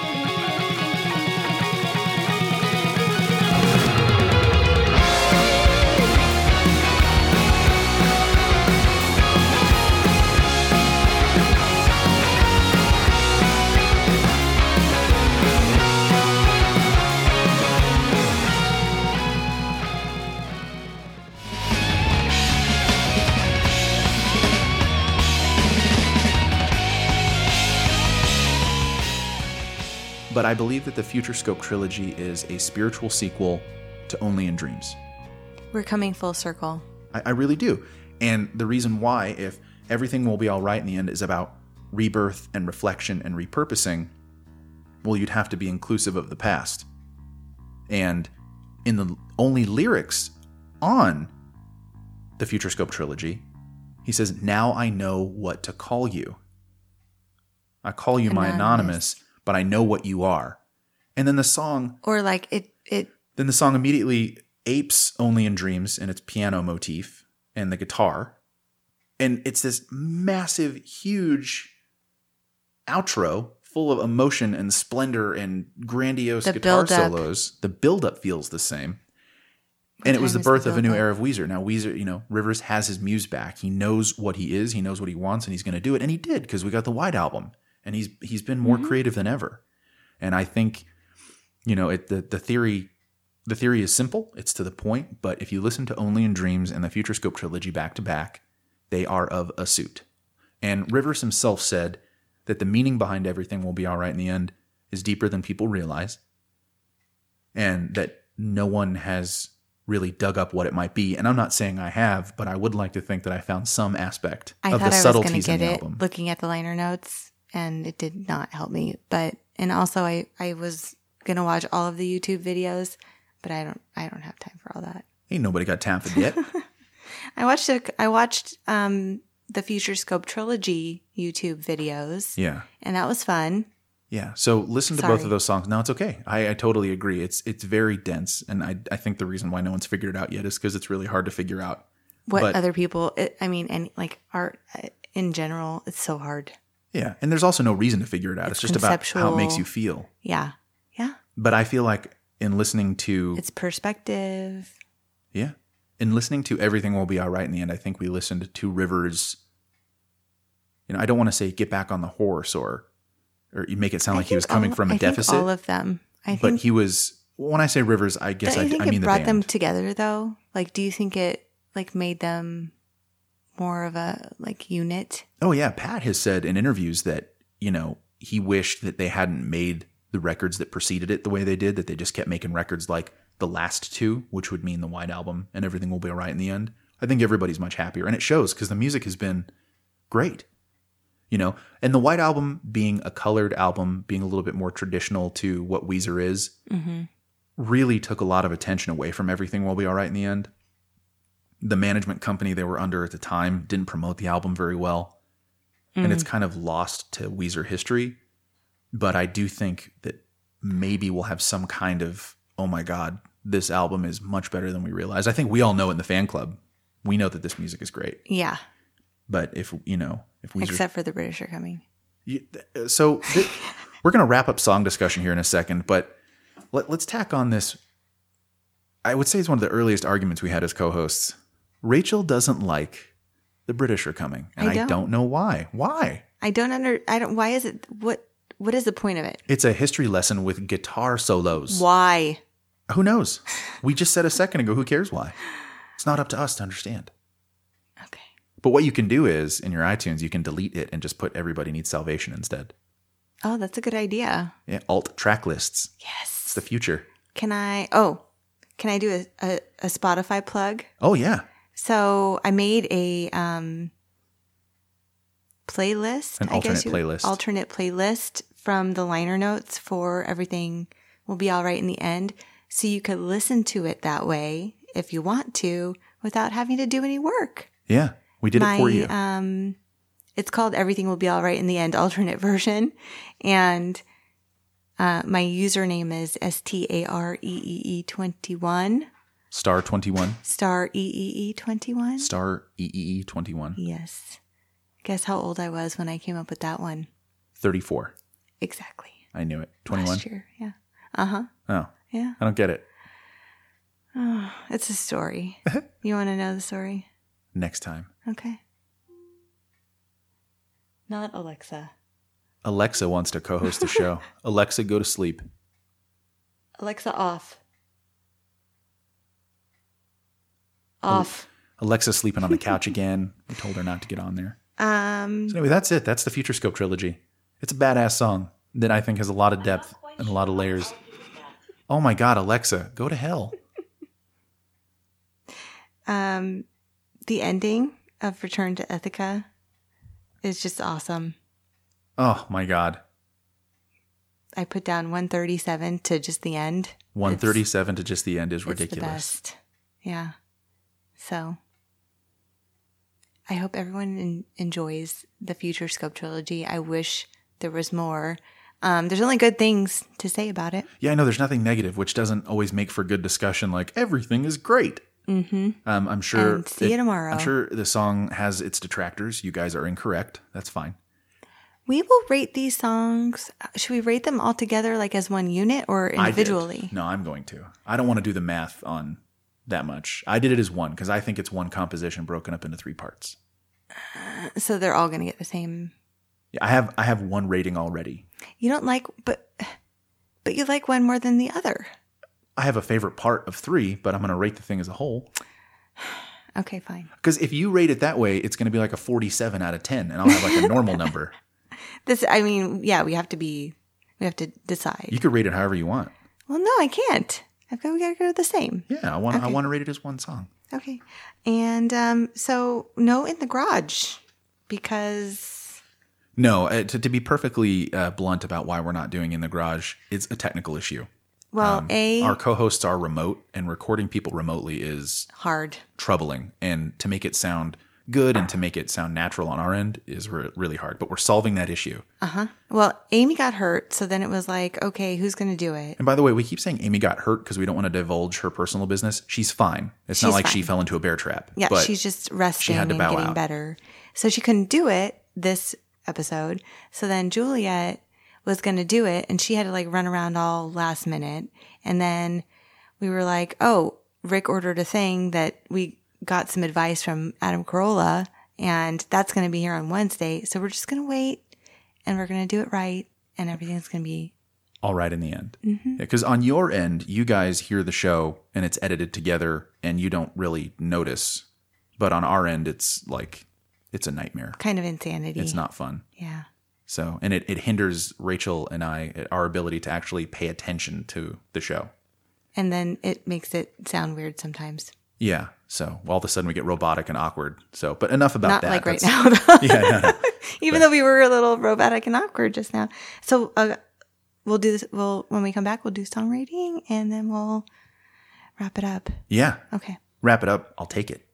Speaker 1: But I believe that the Future Scope trilogy is a spiritual sequel to Only in Dreams.
Speaker 2: We're coming full circle.
Speaker 1: I, I really do. And the reason why, if everything will be all right in the end, is about rebirth and reflection and repurposing, well, you'd have to be inclusive of the past. And in the only lyrics on the Future Scope trilogy, he says, Now I know what to call you. I call you my
Speaker 2: Anonymous.
Speaker 1: anonymous, but I know what you are. And then the song
Speaker 2: Or like it it
Speaker 1: then the song immediately apes Only in Dreams and its piano motif and the guitar. And it's this massive, huge outro full of emotion and splendor and grandiose
Speaker 2: The
Speaker 1: guitar
Speaker 2: buildup.
Speaker 1: solos. The buildup feels the same. And it was the
Speaker 2: time is the
Speaker 1: birth of a new
Speaker 2: buildup?
Speaker 1: era of Weezer. Now, Weezer, you know, Rivers has his muse back. He knows what he is, he knows what he wants, and he's going to do it. And he did because we got the White Album. And he's he's been
Speaker 2: Mm-hmm.
Speaker 1: more creative than ever. And I think, you know, it the, the theory the theory is simple, it's to the point, but if you listen to Only in Dreams and the Future Scope trilogy back to back, they are of a suit. And Rivers himself said that the meaning behind everything will be all right in the end is deeper than people realize, and that no one has really dug up what it might be. And I'm not saying I have, but I would like to think that I found some aspect
Speaker 2: I
Speaker 1: of
Speaker 2: thought
Speaker 1: the
Speaker 2: I was gonna
Speaker 1: subtleties in
Speaker 2: get
Speaker 1: the
Speaker 2: it
Speaker 1: album.
Speaker 2: looking at the liner notes and it did not help me. But and also I I was gonna watch all of the YouTube videos, but I don't I don't have time for all that.
Speaker 1: Ain't nobody got time for
Speaker 2: <laughs>
Speaker 1: yet.
Speaker 2: I watched a, I watched um the Future Scope trilogy YouTube videos
Speaker 1: yeah.
Speaker 2: and that was fun.
Speaker 1: Yeah. So listen to both
Speaker 2: Sorry.
Speaker 1: of those songs. No, it's okay. I, I totally agree. It's it's very dense, and I I think the reason why no one's figured it out yet is because it's really hard to figure out.
Speaker 2: What
Speaker 1: But-
Speaker 2: other people it, I mean and like art uh, in general, it's so hard.
Speaker 1: Yeah, and there's also no reason to figure it out. It's,
Speaker 2: It's
Speaker 1: just about how it makes
Speaker 2: conceptual.
Speaker 1: you feel.
Speaker 2: Yeah. Yeah.
Speaker 1: But I feel like in listening to
Speaker 2: It's perspective.
Speaker 1: yeah, in listening to everything will be all right in the end. I think we listened to Rivers. You know, I don't want to say get back on the horse or or you make it sound
Speaker 2: I
Speaker 1: like he was
Speaker 2: think
Speaker 1: coming
Speaker 2: all-
Speaker 1: from a
Speaker 2: I think
Speaker 1: deficit,
Speaker 2: all of them. I
Speaker 1: but
Speaker 2: think,
Speaker 1: he was. When I say Rivers, I guess I,
Speaker 2: don't you think
Speaker 1: I mean
Speaker 2: it
Speaker 1: the
Speaker 2: brought
Speaker 1: band.
Speaker 2: them together though? Like, do you think it like made them more of a like unit?
Speaker 1: Oh yeah, Pat has said in interviews that you know he wished that they hadn't made the records that preceded it the way they did. That they just kept making records like the last two, which would mean the White Album and everything will be all right in the end. I think everybody's much happier, and it shows because the music has been great. You know, and the White Album being a colored album, being a little bit more traditional to what Weezer is,
Speaker 2: Mm-hmm.
Speaker 1: really took a lot of attention away from everything will be all right in the end. The management company they were under at the time didn't promote the album very well and
Speaker 2: Mm.
Speaker 1: it's kind of lost to Weezer history. But I do think that maybe we'll have some kind of oh my god, this album is much better than we realized. I think we all know in the fan club, we know that this music is great.
Speaker 2: yeah,
Speaker 1: But if you know, if Weezer,
Speaker 2: except for the British are coming.
Speaker 1: You- uh,
Speaker 2: <laughs>
Speaker 1: so th- we're gonna wrap up song discussion here in a second, but let, let's tack on this. I would say it's one of the earliest arguments we had as co-hosts. Rachel doesn't like the British are coming, and
Speaker 2: I
Speaker 1: I
Speaker 2: don't.
Speaker 1: don't know why. Why?
Speaker 2: I don't under. I don't. Why is it? What? What is the point of it?
Speaker 1: It's a history lesson with guitar solos.
Speaker 2: Why?
Speaker 1: Who knows? We just said a second ago, who cares why? It's not up to us to understand.
Speaker 2: Okay.
Speaker 1: But what you can do is in your iTunes, you can delete it and just put everybody needs salvation instead.
Speaker 2: Oh, that's a good idea.
Speaker 1: Yeah, alt track lists. It's
Speaker 2: Yes.
Speaker 1: the future.
Speaker 2: Can I? Oh, can I do a, a, a Spotify plug?
Speaker 1: Oh yeah.
Speaker 2: So I made a um, playlist.
Speaker 1: An
Speaker 2: I
Speaker 1: alternate
Speaker 2: guess you-
Speaker 1: playlist.
Speaker 2: Alternate playlist from the liner notes for everything will be all right in the end. So you could listen to it that way if you want to without having to do any work.
Speaker 1: Yeah. We did it for you.
Speaker 2: um it's called Everything Will Be All Right in the End <laughs> alternate version. And uh, my username is S T A R E E E twenty one.
Speaker 1: Star 21.
Speaker 2: Star E E E twenty one.
Speaker 1: Star E EEE 21.
Speaker 2: Yes. Guess how old I was when I came up with that one.
Speaker 1: 34.
Speaker 2: Exactly.
Speaker 1: I knew it. 21.
Speaker 2: Last year. Yeah. Uh huh.
Speaker 1: Oh,
Speaker 2: Yeah. <sighs>
Speaker 1: I don't get it.
Speaker 2: Oh, it's a story. you want to know the story?
Speaker 1: Next time.
Speaker 2: Okay. Not Alexa.
Speaker 1: Alexa wants to co
Speaker 2: <laughs>
Speaker 1: host the show. Alexa, go to sleep.
Speaker 2: Alexa off. Off.
Speaker 1: Alexa sleeping on the couch again. We told her not to get on there.
Speaker 2: Um,
Speaker 1: So anyway, that's it. That's the Future Scope trilogy. It's a badass song that I think has a lot of depth and a lot of layers. Oh my God, Alexa, go to hell.
Speaker 2: um, the ending of Return to Ithaca is just awesome.
Speaker 1: Oh my God.
Speaker 2: I put down 137 to just the end.
Speaker 1: 137 to just the end is
Speaker 2: It's the
Speaker 1: ridiculous.
Speaker 2: best. Yeah. So I hope everyone en- enjoys the Future Scope trilogy. I wish there was more. Um, there's only good things to say about it.
Speaker 1: Yeah, I know there's nothing negative, which doesn't always make for good discussion. Like everything is great. Mm-hmm. Um, I'm sure.
Speaker 2: And see you tomorrow.
Speaker 1: I'm sure the song has its detractors. You guys are incorrect. That's fine.
Speaker 2: We will rate these songs. Uh, Should we rate them all together, like as one unit or
Speaker 1: I did.
Speaker 2: individually?
Speaker 1: No, I'm going to. I don't want to do the math on that much. I did it as one because I think it's one composition broken up into three parts.
Speaker 2: So they're all going to get the same.
Speaker 1: Yeah, I have I have one rating already.
Speaker 2: You don't like, but but you like one more than the other.
Speaker 1: I have a favorite part of three, but I'm going to rate the thing as a whole.
Speaker 2: Okay, fine.
Speaker 1: Because if you rate it that way, it's going to be like a 47 out of 10, and I'll have like a
Speaker 2: <laughs>
Speaker 1: normal number.
Speaker 2: This, I mean, yeah, we have to be, we have to decide.
Speaker 1: You could rate it however you want.
Speaker 2: Well, no, I can't. I've got we gotta go with the same.
Speaker 1: Yeah, I want I
Speaker 2: Okay.
Speaker 1: want to rate it as one song.
Speaker 2: Okay, and um, so no in the garage because
Speaker 1: No, uh, to, to be perfectly uh, blunt about why we're not doing in the garage, it's a technical issue.
Speaker 2: well,
Speaker 1: Um,
Speaker 2: a
Speaker 1: Our co-hosts are remote, and recording people remotely is
Speaker 2: hard.
Speaker 1: troubling. And to make it sound good and to make it sound natural on our end is re- really hard. But we're solving that issue.
Speaker 2: Uh huh. Well, Amy got hurt, so then it was like, okay, who's gonna do it?
Speaker 1: And by the way, we keep saying Amy got hurt because we don't want to divulge her personal business. She's fine. It's not
Speaker 2: She's
Speaker 1: like she
Speaker 2: fine.
Speaker 1: fell into a bear trap.
Speaker 2: Yeah,
Speaker 1: but
Speaker 2: she's just resting
Speaker 1: had to
Speaker 2: and
Speaker 1: bow
Speaker 2: getting
Speaker 1: out.
Speaker 2: better, so she couldn't do it this episode. So then Juliet was gonna do it, and she had to like run around all last minute, and then we were like, oh, Rick ordered a thing that we got some advice from Adam Carolla, and that's going to be here on Wednesday. So we're just going to wait and we're going to do it right, and everything's going to be.
Speaker 1: all right in the end.
Speaker 2: Mm-hmm.
Speaker 1: Because on your end, you guys hear the show and it's edited together and you don't really notice. But on our end, it's like, it's a nightmare.
Speaker 2: Kind of insanity.
Speaker 1: It's not fun.
Speaker 2: Yeah.
Speaker 1: So, and it, it hinders Rachel and I, our ability to actually pay attention to the show.
Speaker 2: And then it makes it sound weird sometimes.
Speaker 1: Yeah. So all of a sudden we get robotic and awkward. So, but enough about
Speaker 2: Not
Speaker 1: that.
Speaker 2: like right
Speaker 1: That's-
Speaker 2: now,
Speaker 1: <laughs>
Speaker 2: though.
Speaker 1: Yeah. No, no.
Speaker 2: <laughs> Even though we were a little robotic and awkward just now. So uh, we'll do this. We'll, when we come back, we'll do song rating and then we'll wrap it up.
Speaker 1: Yeah.
Speaker 2: Okay.
Speaker 1: Wrap it up. I'll take it.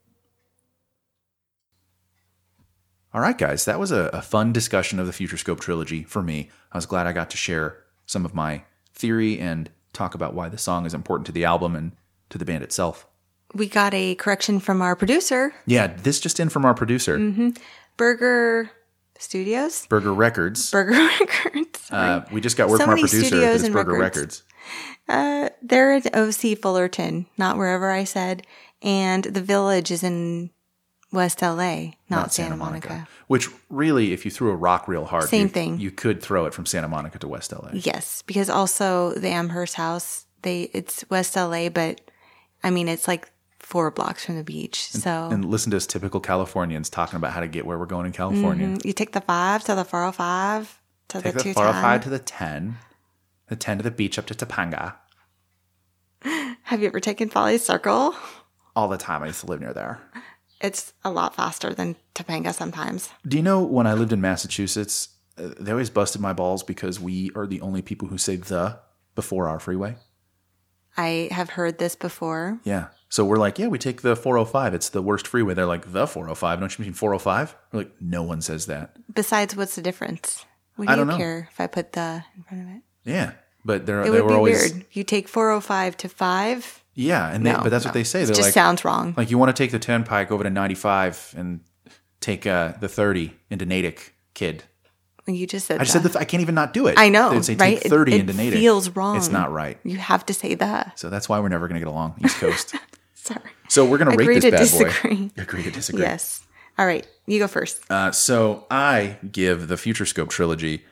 Speaker 1: All right, guys. That was a, a fun discussion of the Future Scope trilogy for me. I was glad I got to share some of my theory and talk about why the song is important to the album and to the band itself.
Speaker 2: We got a correction from our producer,
Speaker 1: Yeah, this just in from our producer,
Speaker 2: Mm-hmm. Burger Studios.
Speaker 1: Burger Records.
Speaker 2: Burger <laughs> Records.
Speaker 1: Uh, we just got word
Speaker 2: So
Speaker 1: from our
Speaker 2: many
Speaker 1: producer that
Speaker 2: studios
Speaker 1: it's
Speaker 2: and
Speaker 1: Burger Records.
Speaker 2: records. Uh, they're at OC Fullerton, not wherever I said. And the village is in West LA, not,
Speaker 1: not,
Speaker 2: Santa, Monica.
Speaker 1: Which really, if you threw a rock real hard,
Speaker 2: Same
Speaker 1: you,
Speaker 2: thing.
Speaker 1: You could throw it from Santa Monica to West LA.
Speaker 2: Yes, because also the Amherst house, they it's West LA, but I mean it's like four blocks from the beach. so
Speaker 1: And listen to us typical Californians talking about how to get where we're going in California.
Speaker 2: mm, you take the five to the four oh five to
Speaker 1: Take
Speaker 2: the
Speaker 1: the
Speaker 2: two
Speaker 1: 405
Speaker 2: ten.
Speaker 1: to the 10, the 10 to the beach up to Topanga.
Speaker 2: Have you ever taken Folly Circle?
Speaker 1: All the time. I used to live near there.
Speaker 2: It's a lot faster than Topanga sometimes.
Speaker 1: Do you know when I lived in Massachusetts, uh, they always busted my balls because we are the only people who say the before our freeway?
Speaker 2: I have heard this before.
Speaker 1: Yeah. So we're like, yeah, we take the 405. It's the worst freeway. They're like, the 405. Don't you mean 405? We're like, no one says that.
Speaker 2: Besides, what's the difference? Would
Speaker 1: I
Speaker 2: you
Speaker 1: don't know.
Speaker 2: care if I put the in front of it?
Speaker 1: Yeah. But they're,
Speaker 2: It
Speaker 1: they
Speaker 2: would
Speaker 1: were
Speaker 2: be
Speaker 1: always.
Speaker 2: weird. You take 405 to 5?
Speaker 1: Yeah. And they,
Speaker 2: No,
Speaker 1: but that's
Speaker 2: no.
Speaker 1: what they say.
Speaker 2: It
Speaker 1: They're
Speaker 2: just
Speaker 1: like,
Speaker 2: sounds wrong.
Speaker 1: like you want to take the turnpike over to 95 and take uh, the 30 into Natick, kid.
Speaker 2: you just said
Speaker 1: I just said
Speaker 2: the-
Speaker 1: the th- I can't even not do it.
Speaker 2: I know,
Speaker 1: They'd say
Speaker 2: right?
Speaker 1: take 30
Speaker 2: It- it
Speaker 1: into Natick.
Speaker 2: feels wrong.
Speaker 1: It's not right.
Speaker 2: You have to say the.
Speaker 1: So that's why we're never going to get along, East
Speaker 2: <laughs>
Speaker 1: Coast.
Speaker 2: Sorry.
Speaker 1: so we're going to
Speaker 2: Agree
Speaker 1: rate
Speaker 2: to
Speaker 1: this bad
Speaker 2: disagree.
Speaker 1: boy. <laughs> Agree to disagree.
Speaker 2: Yes. All right. You go first.
Speaker 1: Uh, so I give the Future Scope trilogy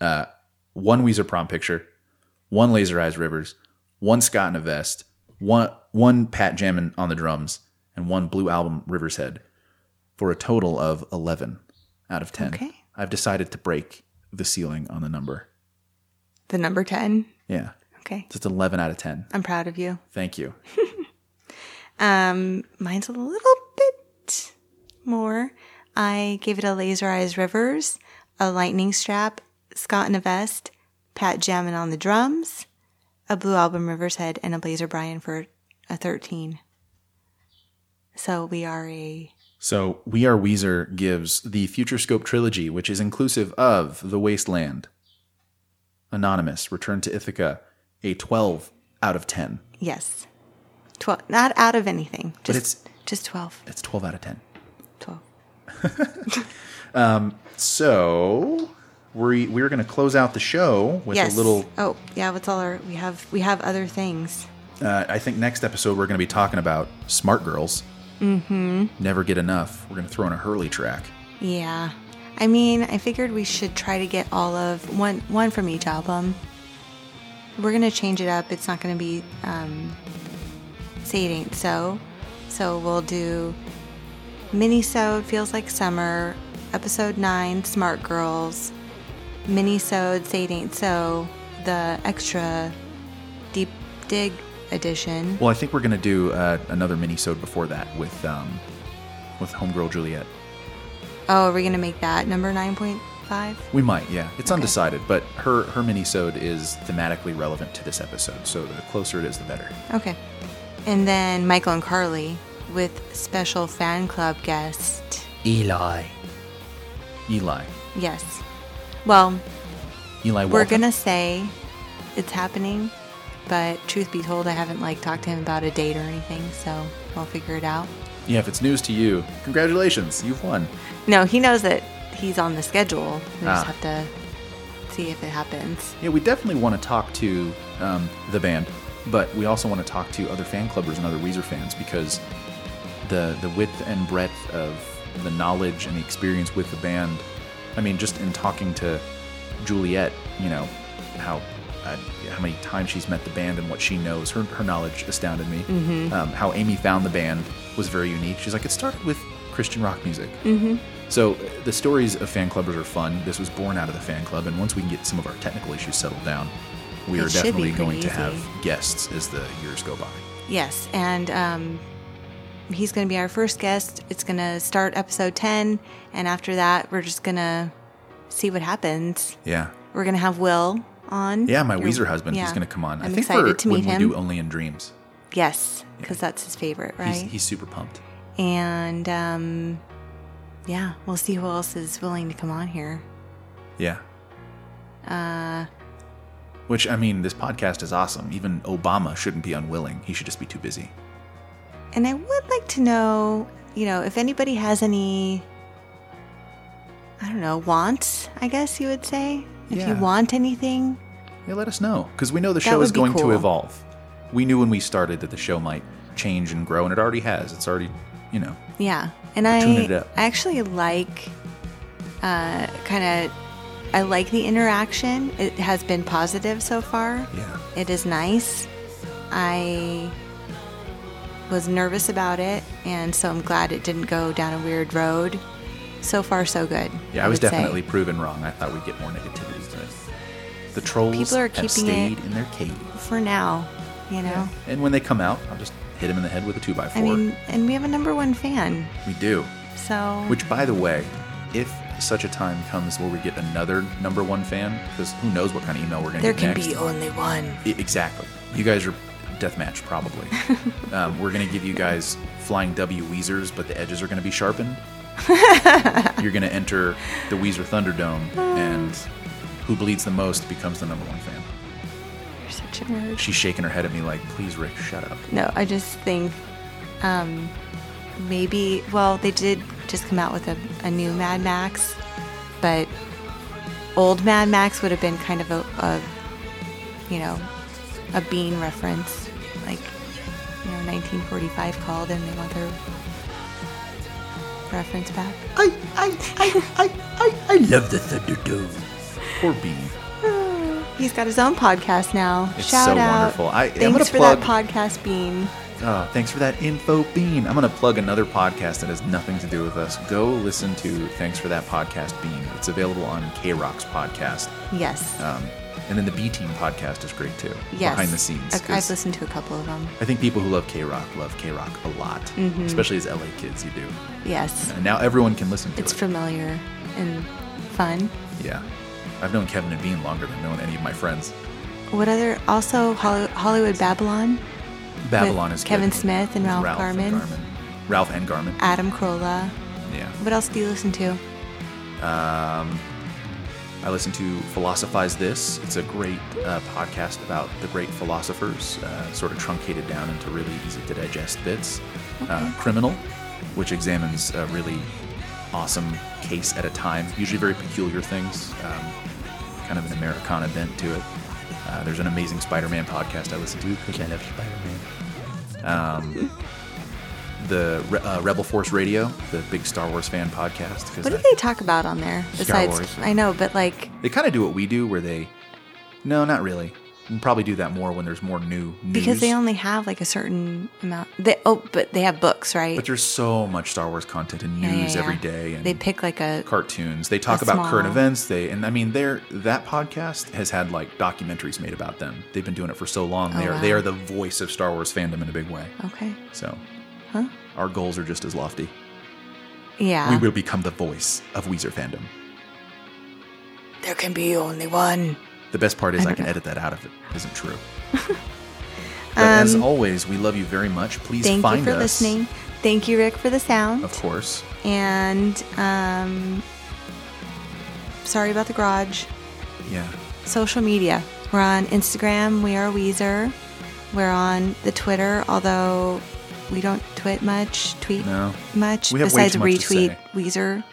Speaker 1: uh, one Weezer prom picture, one Laser Eyes Rivers, one Scott in a vest, one one Pat Jammin on the drums, and one Blue Album Rivers Head, for a total of eleven out of ten.
Speaker 2: Okay.
Speaker 1: I've decided to break the ceiling on the number.
Speaker 2: The number 10.
Speaker 1: Yeah,
Speaker 2: Okay.
Speaker 1: just eleven out of ten.
Speaker 2: I'm proud of you.
Speaker 1: Thank you.
Speaker 2: Um, mine's a little bit more. I gave it a Laser Eyes Rivers, a Lightning Strap, Scott in a Vest, Pat Jammin on the drums, a Blue Album Rivers Head, and a Blazer Brian for a 13. So we are a.
Speaker 1: So, We Are Weezer gives the Future Scope trilogy, which is inclusive of The Wasteland, Anonymous, Return to Ithaca, a 12 out of 10.
Speaker 2: Yes. 12. Not out of anything. Just,
Speaker 1: it's-
Speaker 2: just 12.
Speaker 1: It's 12 out of 10.
Speaker 2: 12.
Speaker 1: So, we, we're going to close out the show with
Speaker 2: yes.
Speaker 1: a little.
Speaker 2: Oh, yeah. What's all our. We have, we have other things.
Speaker 1: Uh, I think next episode, we're going to be talking about Smart Girls. Mm-hmm. Never Get Enough. We're going to throw in a Hurley track.
Speaker 2: Yeah. I mean, I figured we should try to get all of one one from each album. We're gonna change it up. It's not gonna be um, say it ain't so. So we'll do mini sewed feels like summer, episode nine, smart girls, mini sewed say it ain't so, the extra deep dig edition.
Speaker 1: Well, I think we're going to do uh, another mini-sode before that with, um, with Homegirl Juliet.
Speaker 2: Oh, are we gonna make that number nine point five?
Speaker 1: We might, yeah. It's undecided, but her her minisode is thematically relevant to this episode, so the closer it is, the better.
Speaker 2: Okay. And then Michael and Carly with special fan club guest.
Speaker 1: Eli. Eli.
Speaker 2: Yes. Well,
Speaker 1: Eli.
Speaker 2: we're
Speaker 1: Walton.
Speaker 2: going to say it's happening, but truth be told, I haven't like talked to him about a date or anything, so we'll figure it out.
Speaker 1: Yeah, if it's news to you, congratulations, you've won.
Speaker 2: No, he knows that he's on the schedule. We
Speaker 1: Ah.
Speaker 2: just have to see if it happens.
Speaker 1: Yeah, we definitely want to talk to um, the band, but we also want to talk to other fan clubbers and other Weezer fans because the the width and breadth of the knowledge and the experience with the band. I mean, just in talking to Juliet, you know how uh, how many times she's met the band and what she knows. Her her knowledge astounded me.
Speaker 2: Mm-hmm.
Speaker 1: Um, how Amy found the band was very unique. She's like, it started with Christian rock music.
Speaker 2: Mm-hmm.
Speaker 1: So uh, the stories of fan clubbers are fun. This was born out of the fan club, and once we can get some of our technical issues settled down, we
Speaker 2: It
Speaker 1: are
Speaker 2: should be
Speaker 1: definitely
Speaker 2: pretty
Speaker 1: going to
Speaker 2: easy.
Speaker 1: have guests as the years go by.
Speaker 2: Yes. And um, he's going to be our first guest. It's going to start episode 10. And after that, we're just going to see what happens.
Speaker 1: Yeah.
Speaker 2: We're gonna have Will on.
Speaker 1: Yeah, my
Speaker 2: Your-
Speaker 1: Weezer husband. He's
Speaker 2: yeah.
Speaker 1: going to come on.
Speaker 2: I'm
Speaker 1: think
Speaker 2: excited
Speaker 1: for
Speaker 2: to meet
Speaker 1: when
Speaker 2: him.
Speaker 1: we do Only in Dreams.
Speaker 2: Yes, because that's his favorite, right?
Speaker 1: He's, he's super pumped.
Speaker 2: and um, yeah, we'll see who else is willing to come on here.
Speaker 1: Yeah.
Speaker 2: Uh,
Speaker 1: Which I mean, this podcast is awesome. Even Obama shouldn't be unwilling. He should just be too busy.
Speaker 2: and I would like to know, you know, if anybody has any, I don't know, wants. I guess you would say if you
Speaker 1: Yeah.
Speaker 2: want anything.
Speaker 1: Yeah, let us know because we know the
Speaker 2: That
Speaker 1: show
Speaker 2: would
Speaker 1: is
Speaker 2: be
Speaker 1: going
Speaker 2: cool.
Speaker 1: to evolve. We knew when we started that the show might change and grow, and it already has. It's already you know,
Speaker 2: Yeah,
Speaker 1: Tune
Speaker 2: and I
Speaker 1: it up.
Speaker 2: I actually like uh, kind of I like the interaction. It has been positive so far.
Speaker 1: yeah.
Speaker 2: It is nice. I was nervous about it, and so I'm glad it didn't go down a weird road. So far, so good.
Speaker 1: Yeah, I was
Speaker 2: would say.
Speaker 1: definitely proven wrong. I thought we'd get more negativity. The trolls
Speaker 2: People are
Speaker 1: have
Speaker 2: keeping
Speaker 1: stayed
Speaker 2: it-
Speaker 1: in their cave.
Speaker 2: for now. You know,
Speaker 1: And when they come out, I'll just hit them in the head with a 2 by 4
Speaker 2: I mean, and we have a number one fan,
Speaker 1: We do.
Speaker 2: so
Speaker 1: Which, by the way, if such a time comes where we get another number one fan, because who knows what kind of email we're going to
Speaker 2: there
Speaker 1: get
Speaker 2: can
Speaker 1: next.
Speaker 2: be only one.
Speaker 1: I- exactly. You guys are deathmatch,
Speaker 2: <laughs>
Speaker 1: probably. um, we're going to give you guys flying W Weezers, but the edges are going to be
Speaker 2: <laughs>
Speaker 1: sharpened. You're going to enter the Weezer Thunderdome,
Speaker 2: Oh.
Speaker 1: and who bleeds the most becomes the number one fan.
Speaker 2: You're such a nerd.
Speaker 1: She's shaking her head at me like, please, Rick, shut up.
Speaker 2: No, I just think um, maybe, well, they did just come out with a, a new Mad Max, but old Mad Max would have been kind of a, a you know, a Bean reference. Like, you know, 1945 called and they want their reference back.
Speaker 1: I, I, I, I, I, I love the Thunderdome. Poor Bean.
Speaker 2: He's got his own podcast now.
Speaker 1: It's
Speaker 2: Shout
Speaker 1: so
Speaker 2: out.
Speaker 1: wonderful. I- I'm
Speaker 2: Thanks
Speaker 1: gonna
Speaker 2: for
Speaker 1: plug-
Speaker 2: that podcast, Bean.
Speaker 1: Oh, thanks for that info, Bean. I'm going to plug another podcast that has nothing to do with us. Go listen to Thanks for That Podcast, Bean. It's available on K Rock's podcast.
Speaker 2: Yes.
Speaker 1: Um, and then the B Team podcast is great too.
Speaker 2: yes.
Speaker 1: Behind the scenes.
Speaker 2: I- I've
Speaker 1: 'cause
Speaker 2: listened to a couple of them.
Speaker 1: I think people who love K Rock love K Rock a lot,
Speaker 2: Mm-hmm.
Speaker 1: especially as LA kids, you do.
Speaker 2: Yes.
Speaker 1: And now everyone can listen to
Speaker 2: It's
Speaker 1: it.
Speaker 2: familiar and fun.
Speaker 1: yeah. I've known Kevin and Bean longer than known any of my friends.
Speaker 2: What other? Also, Hol- Hollywood Babylon,
Speaker 1: Babylon
Speaker 2: With
Speaker 1: is good.
Speaker 2: Kevin Smith and
Speaker 1: With
Speaker 2: Ralph Garman.
Speaker 1: And Garman. Ralph and Garman.
Speaker 2: Adam Carolla.
Speaker 1: Yeah.
Speaker 2: What else do you listen to?
Speaker 1: Um, I listen to Philosophize This. It's a great uh, podcast about the great philosophers, uh, sort of truncated down into really easy to digest bits. Uh, Criminal, which examines a really awesome case at a time, usually very peculiar things, um, kind of an Americana bent to it. Uh, there's an amazing Spider Man podcast I listen to because I love Spider Man
Speaker 2: <laughs>
Speaker 1: the Re- uh, Rebel Force Radio, the big Star Wars fan podcast. 'cause
Speaker 2: What do
Speaker 1: I-
Speaker 2: they talk about on there? Besides,
Speaker 1: Wars.
Speaker 2: I know, but like,
Speaker 1: They kind of do what we do, where they, no, not really. We'll probably do that more when there's more new news.
Speaker 2: because they only have like a certain amount. They oh, but they have books, right?
Speaker 1: But there's so much Star Wars content and
Speaker 2: Yeah,
Speaker 1: news
Speaker 2: yeah, yeah.
Speaker 1: every day, and
Speaker 2: they pick like a
Speaker 1: cartoons. They talk
Speaker 2: a
Speaker 1: about current
Speaker 2: small-
Speaker 1: events. They and I mean, they're that podcast has had like documentaries made about them. They've been doing it for so long. they are
Speaker 2: Oh, wow.
Speaker 1: they are the voice of Star Wars fandom in a big way.
Speaker 2: okay,
Speaker 1: So
Speaker 2: huh?
Speaker 1: our goals are just as lofty.
Speaker 2: Yeah.
Speaker 1: We will become the voice of Weezer fandom.
Speaker 2: There can be only one.
Speaker 1: The best part is I,
Speaker 2: don't
Speaker 1: can
Speaker 2: know.
Speaker 1: edit that out if it isn't
Speaker 2: <laughs>
Speaker 1: true. but as always, we love you very much. Please
Speaker 2: Um, Thank
Speaker 1: find
Speaker 2: you for
Speaker 1: us.
Speaker 2: listening. Thank you, Rick, for the sound.
Speaker 1: Of course.
Speaker 2: And um, sorry about the garage.
Speaker 1: Yeah.
Speaker 2: social media. We're on Instagram, we are Weezer. We're on the Twitter, although we don't tweet much, tweet
Speaker 1: No.
Speaker 2: much,
Speaker 1: We have way
Speaker 2: besides
Speaker 1: too much to
Speaker 2: retweet
Speaker 1: say.
Speaker 2: Weezer.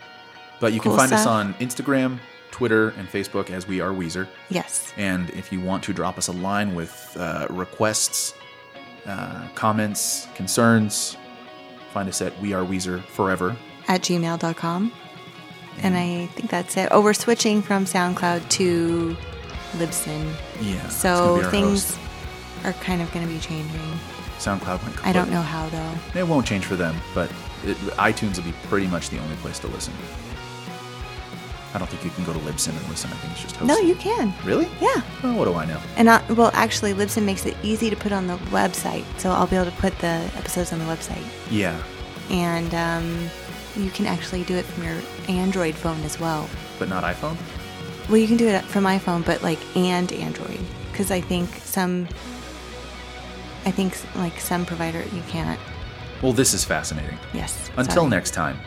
Speaker 1: But you can
Speaker 2: Cool
Speaker 1: find us
Speaker 2: stuff.
Speaker 1: on Instagram, Twitter, and Facebook as we are Weezer.
Speaker 2: Yes.
Speaker 1: And if you want to drop us a line with uh, requests, uh, comments, concerns, find us at We Are Weezer Forever.
Speaker 2: At gmail.com. And I think that's it. Oh, we're switching from SoundCloud to Libsyn.
Speaker 1: Yeah. it's gonna
Speaker 2: So
Speaker 1: be our
Speaker 2: things
Speaker 1: host.
Speaker 2: are kind of going to be changing.
Speaker 1: SoundCloud went.
Speaker 2: I don't
Speaker 1: kaput.
Speaker 2: know how, though.
Speaker 1: It won't change for them, but it, iTunes will be pretty much the only place to listen. I don't think you can go to Libsyn and listen. I think it's just hosted.
Speaker 2: No, you can.
Speaker 1: Really?
Speaker 2: Yeah.
Speaker 1: Well, what do I know?
Speaker 2: And I, well, actually, Libsyn makes it easy to put on the website. So I'll be able to put the episodes on the website.
Speaker 1: Yeah,
Speaker 2: and um, you can actually do it from your Android phone as well.
Speaker 1: but not iPhone.
Speaker 2: Well, you can do it from iPhone, but like and Android, because I think some, I think like some provider you can't.
Speaker 1: Well, this is fascinating.
Speaker 2: Yes.
Speaker 1: Until
Speaker 2: sorry.
Speaker 1: next time,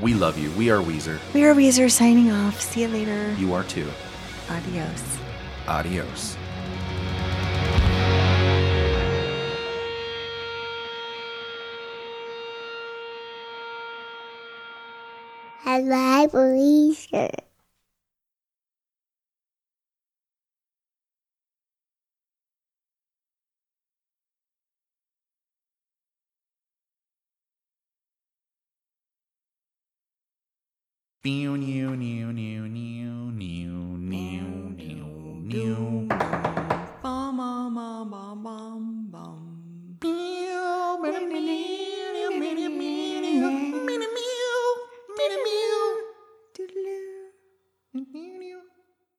Speaker 1: we love you. We are Weezer.
Speaker 2: we are Weezer signing off. See you later.
Speaker 1: You are too.
Speaker 2: Adios.
Speaker 1: Adios.
Speaker 4: And I believe her.
Speaker 1: Meow, meow, meow, meow, meow, meow, meow, meow, meow.
Speaker 2: Bum, bum, bum, bum, bum, bum. Doodaloo.